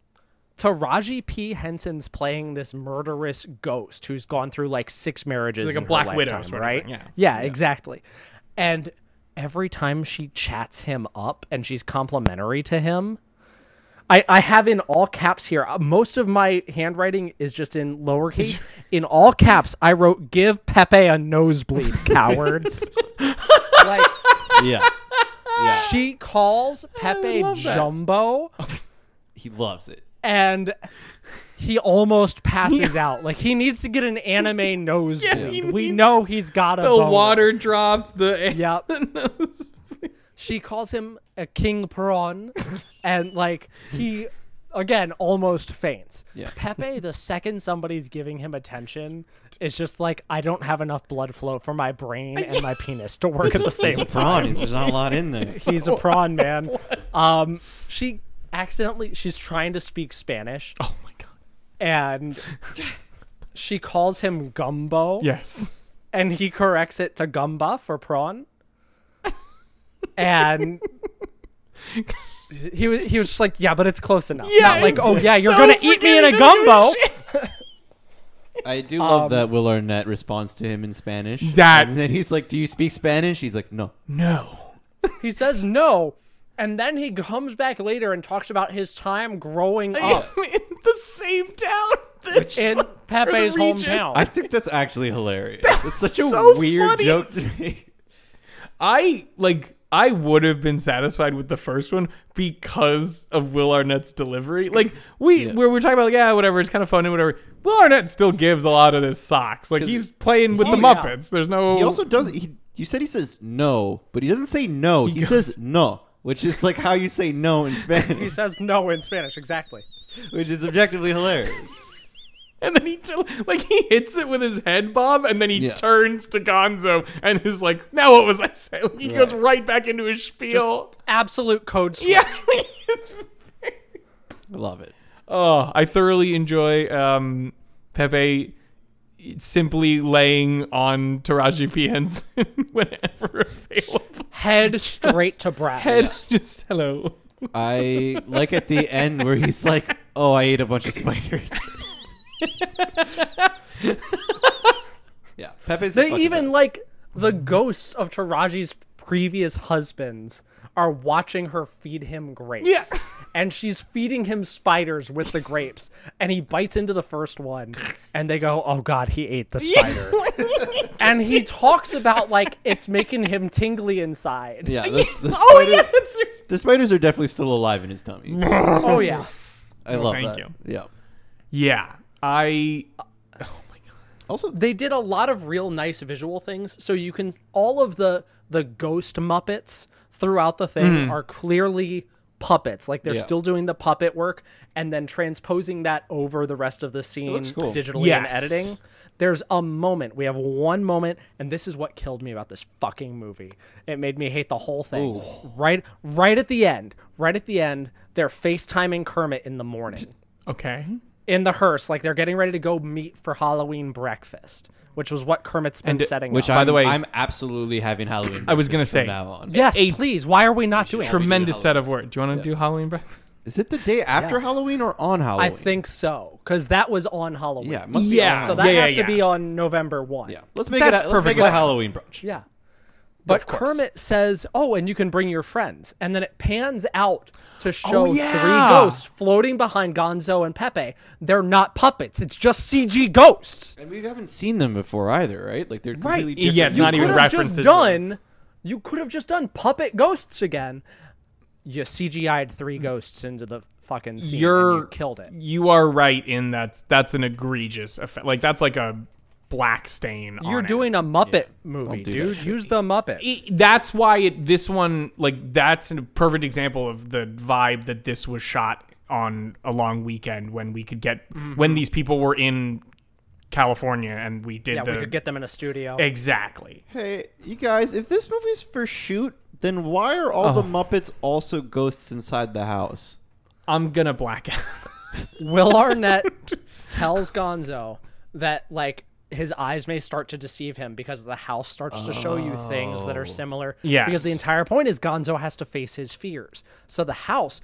Speaker 4: Taraji P. Henson's playing this murderous ghost who's gone through like six marriages.
Speaker 1: like a
Speaker 4: in her
Speaker 1: Black Widow
Speaker 4: lifetime,
Speaker 1: sort of
Speaker 4: right?
Speaker 1: thing, yeah.
Speaker 4: yeah, exactly. And every time she chats him up and she's complimentary to him, I, I have in all caps here. Uh, most of my handwriting is just in lowercase. In all caps, I wrote, "Give Pepe a nosebleed, cowards." like
Speaker 2: Yeah. Yeah.
Speaker 4: she calls Pepe
Speaker 1: love that.
Speaker 4: Jumbo,
Speaker 2: He loves it.
Speaker 4: and he almost passes out. Like he needs to get an anime nosebleed.
Speaker 1: he
Speaker 4: we
Speaker 1: needs
Speaker 4: know he's got a
Speaker 1: The
Speaker 4: boner.
Speaker 1: water drop, the
Speaker 4: Yep. she calls him a king prawn and like he again almost faints
Speaker 2: Yeah.
Speaker 4: pepe the second somebody's giving him attention is just like i don't have enough blood flow for my brain and my penis to work at the
Speaker 2: He's a
Speaker 4: same time
Speaker 2: prawn. There's not a lot in there.
Speaker 4: he's a prawn man um she accidentally she's trying to speak spanish
Speaker 1: Oh my god.
Speaker 4: and she calls him gumbo
Speaker 1: Yes.
Speaker 4: and he corrects it to gumba for prawn. And he was he was just like, yeah, but it's close enough.
Speaker 1: Yeah,
Speaker 4: Not like,
Speaker 1: it's
Speaker 4: oh yeah, you're
Speaker 1: so
Speaker 4: gonna eat me in
Speaker 1: freaking-
Speaker 4: a gumbo.
Speaker 2: I do love that Will Arnett responds to him in Spanish.
Speaker 1: That-
Speaker 2: and then he's like, "Do you speak Spanish?" He's like, "No."
Speaker 1: No.
Speaker 4: He says no, and then he comes back later and talks about his time growing up
Speaker 1: in the same town. bitch.
Speaker 4: in Pepe's
Speaker 1: region.
Speaker 4: hometown.
Speaker 2: I think that's actually hilarious. it's such a
Speaker 1: so
Speaker 2: weird
Speaker 1: funny.
Speaker 2: joke to me.
Speaker 1: I like I would have been satisfied with the first one because of Will Arnett's delivery. Like we we were talking about, like, yeah, whatever, it's kind of fun and whatever. Will Arnett still gives a lot of this socks. Like he's playing with the
Speaker 2: he-
Speaker 1: Muppets. There's no
Speaker 2: He also does. He, you said he says no, but he doesn't say no. He, says no, which is like how you say no in
Speaker 4: He
Speaker 2: Spanish,
Speaker 4: says no in Spanish. Exactly.
Speaker 2: which is objectively hilarious.
Speaker 1: and then he t- like he hits it with his head bob and then he
Speaker 2: Yeah.
Speaker 1: turns to Gonzo and is like, now what was I saying? Like, he goes right back into his spiel.
Speaker 4: Absolute code switch.
Speaker 1: yeah. it's
Speaker 2: I love it.
Speaker 1: Oh, I thoroughly enjoy um, Pepe simply laying on Taraji P. Henson whenever available.
Speaker 4: Head straight to brass.
Speaker 1: And just hello.
Speaker 2: I like at the end where he's like, "Oh, I ate a bunch of spiders." yeah, Pepe's. the
Speaker 4: They
Speaker 2: fucking
Speaker 4: even
Speaker 2: best.
Speaker 4: like the ghosts of Taraji's previous husbands are watching her feed him grapes.
Speaker 1: Yeah.
Speaker 4: And she's feeding him spiders with the grapes. And he bites into the first one and they go, Oh god, he ate the spider. and he talks about like it's making him tingly inside.
Speaker 2: Yeah, the, the
Speaker 1: Oh
Speaker 2: spider-
Speaker 1: yeah, that's right.
Speaker 2: the spiders are definitely still alive in his tummy.
Speaker 4: Oh yeah.
Speaker 2: I love
Speaker 1: thank
Speaker 2: that.
Speaker 1: you.
Speaker 2: Yeah.
Speaker 1: yeah. I
Speaker 2: Also,
Speaker 4: They did a lot of real nice visual things. So you can all of the the ghost Muppets throughout the thing are clearly puppets. Like they're
Speaker 2: Mm. Yeah.
Speaker 4: still doing the puppet work and then transposing that over the rest of the scene
Speaker 2: looks cool.
Speaker 4: digitally and
Speaker 1: Yes.
Speaker 4: editing. There's a moment. We have one moment, and this is what killed me about this fucking movie. It made me hate the whole thing. Right right at the end. Right at the end, they're FaceTiming Kermit in the morning
Speaker 1: okay.
Speaker 4: in the hearse, like they're getting ready to go meet for Halloween breakfast, which was what Kermit's been setting
Speaker 2: uh, which
Speaker 4: up.
Speaker 1: By
Speaker 2: I'm-
Speaker 1: the way-
Speaker 2: I'm absolutely having Halloween.
Speaker 1: I was
Speaker 2: breakfast
Speaker 1: gonna say-
Speaker 2: from now on.
Speaker 4: yes, please. Why are we not doing it?
Speaker 1: Tremendous set of work. Do you want to do Halloween break?
Speaker 2: Is it the day after Halloween or on
Speaker 4: I
Speaker 2: Halloween?
Speaker 4: think so, because that was on Halloween.
Speaker 2: Yeah, it must be
Speaker 1: Yeah.
Speaker 2: on-
Speaker 4: so that
Speaker 1: Yeah, yeah,
Speaker 4: has
Speaker 1: yeah.
Speaker 4: to be on November one.
Speaker 2: yeah. Let's make
Speaker 1: That's
Speaker 2: it. A, let's make
Speaker 1: perfect.
Speaker 2: it a Halloween brunch.
Speaker 4: Yeah. But
Speaker 2: course.
Speaker 4: Kermit says, "Oh, and you can bring your friends." And then it pans out
Speaker 2: Oh,
Speaker 4: to show
Speaker 1: yeah.
Speaker 4: three ghosts floating behind Gonzo and Pepe. They're not puppets; it's just CG ghosts.
Speaker 2: And we haven't seen them before either, right? Like they're
Speaker 4: Right.
Speaker 2: completely
Speaker 1: Yeah,
Speaker 2: different.
Speaker 1: it's not
Speaker 2: You
Speaker 1: even
Speaker 2: could've-
Speaker 4: could have just
Speaker 1: references
Speaker 4: done. You could have just done puppet ghosts again. You CGI'd three ghosts into the fucking scene. and
Speaker 1: Hmm. You're
Speaker 4: you killed it.
Speaker 1: You are right in that's that's an egregious effect. Like that's like a black stain.
Speaker 4: You're
Speaker 1: on it.
Speaker 4: doing a Muppet movie,
Speaker 2: do
Speaker 4: dude.
Speaker 2: that
Speaker 4: Use the Muppets.
Speaker 1: it- that's why it this one like that's a perfect example of the vibe that this was shot on a long weekend when we could get
Speaker 4: Mm-hmm.
Speaker 1: when these people were in California and we did
Speaker 4: yeah,
Speaker 1: the
Speaker 4: we could get them in a studio.
Speaker 1: exactly
Speaker 2: Hey, you guys, if this movie's for shoot, then why are
Speaker 1: Oh.
Speaker 2: all the Muppets also ghosts inside the house?
Speaker 1: I'm gonna black out
Speaker 4: Will Arnett tells Gonzo that like his eyes may start to deceive him because the house starts to show you things that are similar.
Speaker 1: Oh. Yes.
Speaker 4: Because the entire point is Gonzo has to face his fears. So the house,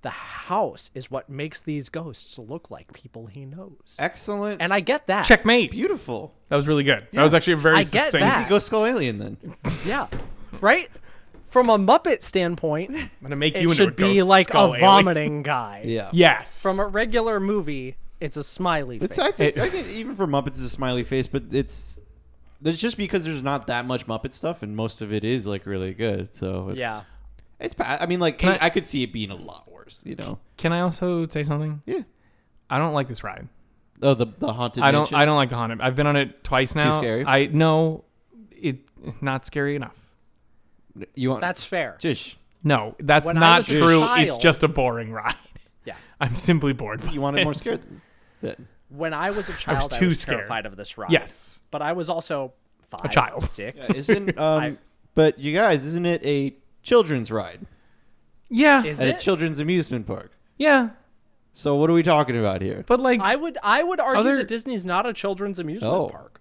Speaker 4: the house is what makes these ghosts look like people he knows.
Speaker 2: Excellent.
Speaker 4: And I get that.
Speaker 1: checkmate
Speaker 2: beautiful.
Speaker 1: that was really good that was actually a very
Speaker 4: I get
Speaker 1: succinct
Speaker 4: that.
Speaker 2: He's Ghost Skull Alien then.
Speaker 4: Yeah. Right? From a Muppet standpoint,
Speaker 1: I'm gonna make
Speaker 4: it
Speaker 1: you into a
Speaker 4: should be
Speaker 1: ghost
Speaker 4: like
Speaker 1: skull
Speaker 4: a
Speaker 1: alien.
Speaker 4: vomiting guy.
Speaker 2: Yeah.
Speaker 1: yes
Speaker 4: From a regular movie, it's a smiley face.
Speaker 2: It's, I, think, I think even for Muppets, it's a smiley face, but it's. It's just because there's not that much Muppet stuff, and most of it is like really good. So it's,
Speaker 4: Yeah.
Speaker 2: it's. pa- I mean, like I, I could see it being a lot worse. You know.
Speaker 1: can I also say something
Speaker 2: Yeah.
Speaker 1: I don't like this ride
Speaker 2: Oh, the the haunted.
Speaker 1: I don't
Speaker 2: Mansion?
Speaker 1: I don't like the haunted I've been on it twice now
Speaker 2: scary?
Speaker 1: I no it not scary enough
Speaker 2: You want
Speaker 4: That's fair.
Speaker 2: Jish?
Speaker 1: no that's
Speaker 4: When I
Speaker 1: not
Speaker 4: was a
Speaker 1: true it's
Speaker 4: child-
Speaker 1: just a boring ride
Speaker 4: Yeah.
Speaker 1: I'm simply bored. by
Speaker 2: You wanted more
Speaker 1: it.
Speaker 2: scared? Then.
Speaker 4: When I was a child, I was,
Speaker 1: too scared.
Speaker 4: terrified of this ride.
Speaker 1: Yes.
Speaker 4: But I was also five,
Speaker 1: child.
Speaker 4: six.
Speaker 2: Isn't um, but you guys, isn't it a children's ride
Speaker 1: Yeah.
Speaker 4: Is
Speaker 2: at a
Speaker 4: it?
Speaker 2: children's amusement park?
Speaker 1: yeah.
Speaker 2: So what are we talking about here?
Speaker 1: But like
Speaker 4: I would I would argue
Speaker 1: Other-
Speaker 4: that Disney's not a children's amusement
Speaker 2: Oh.
Speaker 4: park.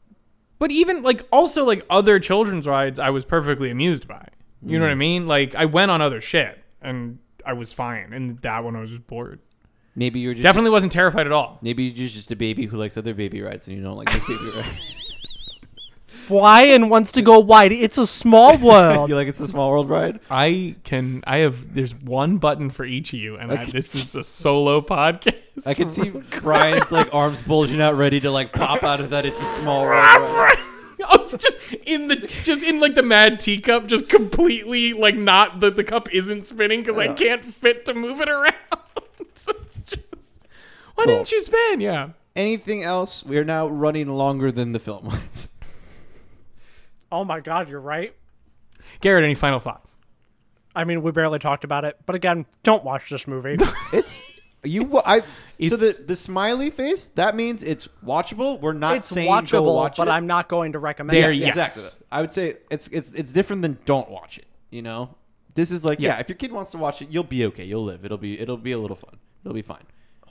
Speaker 1: but even like also like other children's rides I was perfectly amused by. You know what I mean? Like I went on other shit and I was fine and that one I was just bored.
Speaker 2: Maybe you're just
Speaker 1: Definitely wasn't terrified at all.
Speaker 2: maybe you're just a baby who likes other baby rides and you don't like this baby ride.
Speaker 4: Brian wants to go wide. It's a small world.
Speaker 2: you like it's a small world ride.
Speaker 1: I can I have there's one button for each of you and I,
Speaker 2: Okay.
Speaker 1: this is a solo podcast.
Speaker 2: I can see Brian's like arms bulging out, ready to like pop out of that. It's a small world ride.
Speaker 1: oh just in the just in like the mad teacup, just completely like not the the cup isn't spinning because I can't fit to move it around. so it's just why didn't you spin? Yeah.
Speaker 2: Anything else? We are now running longer than the film was.
Speaker 4: Oh my god, you're right.
Speaker 1: Garrett, any final thoughts?
Speaker 4: I mean, we barely talked about it, but again, don't watch this movie.
Speaker 2: It's you. I so
Speaker 1: it's-
Speaker 2: the the smiley face. That means it's watchable. We're not
Speaker 4: it's
Speaker 2: saying go
Speaker 4: watchable,
Speaker 2: watch
Speaker 4: but
Speaker 2: it.
Speaker 4: I'm not going to recommend
Speaker 1: There
Speaker 4: it.
Speaker 1: you- Yes.
Speaker 2: exactly. I would say it's it's it's different than don't watch it. You know, this is like yeah. If your kid wants to watch it, you'll be okay. You'll live. It'll be it'll be a little fun. It'll be fine.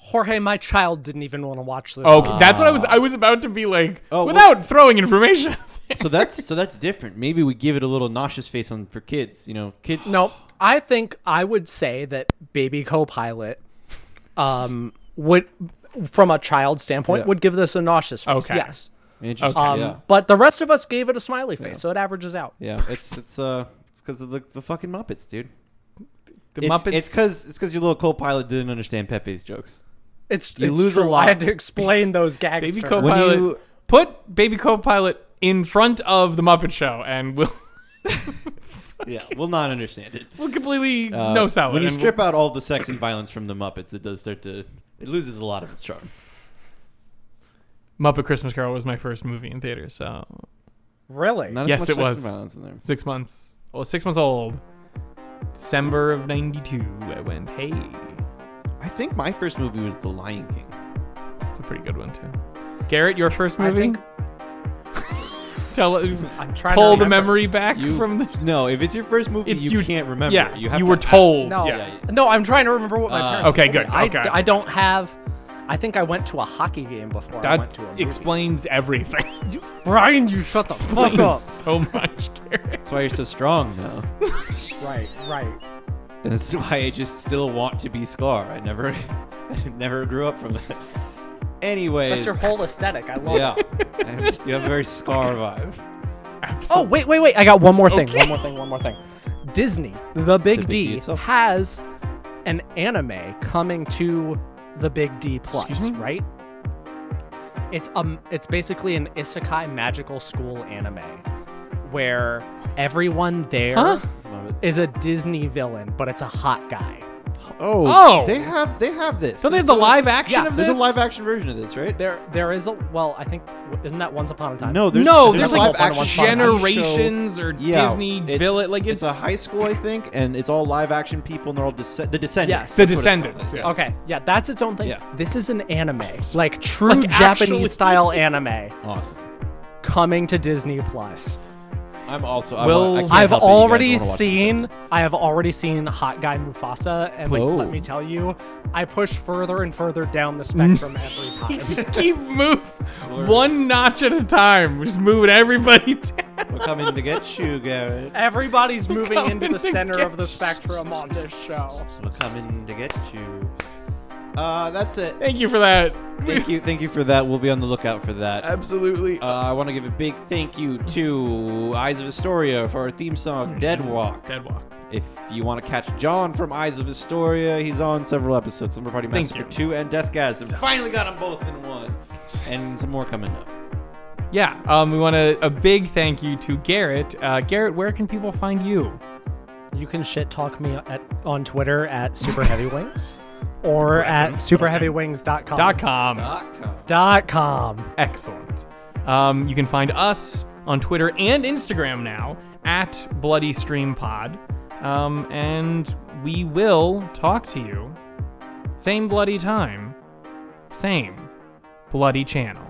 Speaker 4: Jorge, my child didn't even want to watch this.
Speaker 1: Okay, that's what I was. I was about to be like,
Speaker 2: Oh, well-
Speaker 1: without throwing information.
Speaker 2: So that's so that's different. Maybe we give it a little nauseous face on for kids. You know, kid.
Speaker 4: No, I think I would say that Baby Copilot um, would, from a child standpoint,
Speaker 2: Yeah.
Speaker 4: would give this a nauseous face.
Speaker 1: Okay.
Speaker 4: Yes.
Speaker 2: Interesting.
Speaker 4: Um,
Speaker 2: yeah.
Speaker 4: But the rest of us gave it a smiley face, so it averages out.
Speaker 2: Yeah. It's it's uh it's because of the, the fucking Muppets, dude.
Speaker 1: The
Speaker 2: It's,
Speaker 1: Muppets.
Speaker 2: It's because it's because your little co-pilot didn't understand Pepe's jokes.
Speaker 4: It's
Speaker 2: You
Speaker 4: it's
Speaker 2: lose a
Speaker 4: true.
Speaker 2: lot.
Speaker 4: I had to explain those gags.
Speaker 1: Baby
Speaker 4: to her.
Speaker 1: Copilot.
Speaker 2: you-
Speaker 1: Put Baby Copilot in front of the Muppet Show, and we'll
Speaker 2: Yeah, we'll not understand it.
Speaker 1: we'll completely
Speaker 2: Uh,
Speaker 1: no salad.
Speaker 2: When you
Speaker 1: and
Speaker 2: strip out all the sex and violence from the Muppets, it does start to it loses a lot of its charm.
Speaker 1: we'll- Muppet Christmas Carol was my first movie in theater, so
Speaker 4: Really?
Speaker 2: Not as
Speaker 1: Yes,
Speaker 2: much
Speaker 1: it
Speaker 2: sex and
Speaker 1: was.
Speaker 2: violence in there.
Speaker 1: six months. Well, six months old. December of '92, I went. Hey,
Speaker 2: I think my first movie was The Lion King.
Speaker 1: it's a pretty good one too. Garrett, your first movie.
Speaker 4: think-
Speaker 1: Tell uh,
Speaker 4: I'm trying
Speaker 1: pull
Speaker 4: to
Speaker 1: the
Speaker 4: remember.
Speaker 1: memory back
Speaker 2: You
Speaker 1: from the.
Speaker 2: no, if it's your first movie,
Speaker 1: It's
Speaker 2: you, can't remember.
Speaker 1: Yeah,
Speaker 2: you have to
Speaker 1: were
Speaker 2: ask.
Speaker 1: told.
Speaker 4: No,
Speaker 1: yeah. Uh,
Speaker 4: no, I'm trying to remember what my
Speaker 2: Ah.
Speaker 4: parents.
Speaker 1: Okay,
Speaker 4: told me.
Speaker 1: good,
Speaker 4: I,
Speaker 1: okay.
Speaker 4: I don't have. I think I went to a hockey game before I went
Speaker 1: That
Speaker 4: to a movie.
Speaker 1: explains everything.
Speaker 4: Brian, you shut the
Speaker 2: Oh,
Speaker 4: fuck
Speaker 1: explains
Speaker 4: up.
Speaker 1: so much, Garrett.
Speaker 2: That's why you're so strong now.
Speaker 4: Right, right.
Speaker 2: That's why I just still want to be Scar. I never, I never grew up from that. Anyways,
Speaker 4: That's your whole aesthetic. I love
Speaker 2: yeah,
Speaker 4: it.
Speaker 2: I do have a very Scar vibe.
Speaker 4: Oh, wait, wait, wait. I got one more thing. One more thing. One more thing. Disney, the Big,
Speaker 2: Big
Speaker 4: D,
Speaker 2: D itself.
Speaker 4: has an anime coming to the Big D Plus,
Speaker 1: Excuse me?
Speaker 4: right? It's um it's basically an isekai magical school anime where everyone there is
Speaker 1: Huh?
Speaker 4: a Disney villain, but it's a hot guy.
Speaker 1: Oh.
Speaker 2: they have they have this.
Speaker 1: Don't they have the
Speaker 2: There's a-
Speaker 1: live action
Speaker 4: yeah,
Speaker 1: of this?
Speaker 2: There's a live action version of this, right?
Speaker 4: There there is a well, I think isn't that Once Upon a Time?
Speaker 2: No, there's,
Speaker 1: no,
Speaker 2: there's,
Speaker 1: there's,
Speaker 2: a
Speaker 1: like
Speaker 2: live action
Speaker 1: generations or
Speaker 2: Yeah,
Speaker 1: Disney
Speaker 2: it's-
Speaker 1: villain. Like it's,
Speaker 2: a high school, I think, and it's all live action people, and they're all descend the descendants.
Speaker 4: Yes.
Speaker 1: the
Speaker 2: That's what it's called, I
Speaker 1: Descendants.
Speaker 2: think.
Speaker 1: yes.
Speaker 4: Okay, yeah, that's its own thing.
Speaker 2: Yeah.
Speaker 4: This is an anime, like true
Speaker 1: Like,
Speaker 4: Japanese
Speaker 1: actually-
Speaker 4: style anime
Speaker 2: Awesome.
Speaker 4: coming to Disney Plus.
Speaker 2: I'm also. I
Speaker 1: Will-
Speaker 2: want, I can't
Speaker 4: I've
Speaker 2: help it, you guys
Speaker 4: already
Speaker 2: wanna watch The
Speaker 4: seen
Speaker 2: Descendants.
Speaker 4: I have already seen Hot Guy Mufasa and like,
Speaker 2: Please.
Speaker 4: let me tell you, I push further and further down the spectrum every time.
Speaker 1: Just keep move one notch at a time. We're just moving everybody down.
Speaker 2: We're coming to get you, Garrett.
Speaker 4: Everybody's moving
Speaker 1: Coming
Speaker 4: into the
Speaker 1: to
Speaker 4: center
Speaker 1: get
Speaker 4: of the
Speaker 1: you.
Speaker 4: spectrum on this show.
Speaker 2: We're coming to get you. Uh, that's it.
Speaker 1: Thank you for that.
Speaker 2: Thank you, thank you for that. We'll be on the lookout for that.
Speaker 1: Absolutely.
Speaker 2: Uh, I want to give a big thank you to Eyes of Astoria for our theme song, Dead Walk.
Speaker 1: Hmm. Dead walk.
Speaker 2: If you want to catch John from Eyes of Astoria, he's on several episodes. Summer Party
Speaker 1: Thank
Speaker 2: Massacre
Speaker 1: you.
Speaker 2: 2 and Deathgasm. Finally got them both in one. And some more coming up.
Speaker 1: Yeah. Um. We want a, a big thank you to Garrett. Uh, Garrett, where can people find you?
Speaker 4: You can shit talk me at, on Twitter at Super Heavy Wings or at superheavywings.com.
Speaker 1: Dot com.
Speaker 4: Dot com.
Speaker 1: Excellent. Um, you can find us on Twitter and Instagram now at Bloody Stream Pod. Um, and we will talk to you. Same bloody time, same bloody channel.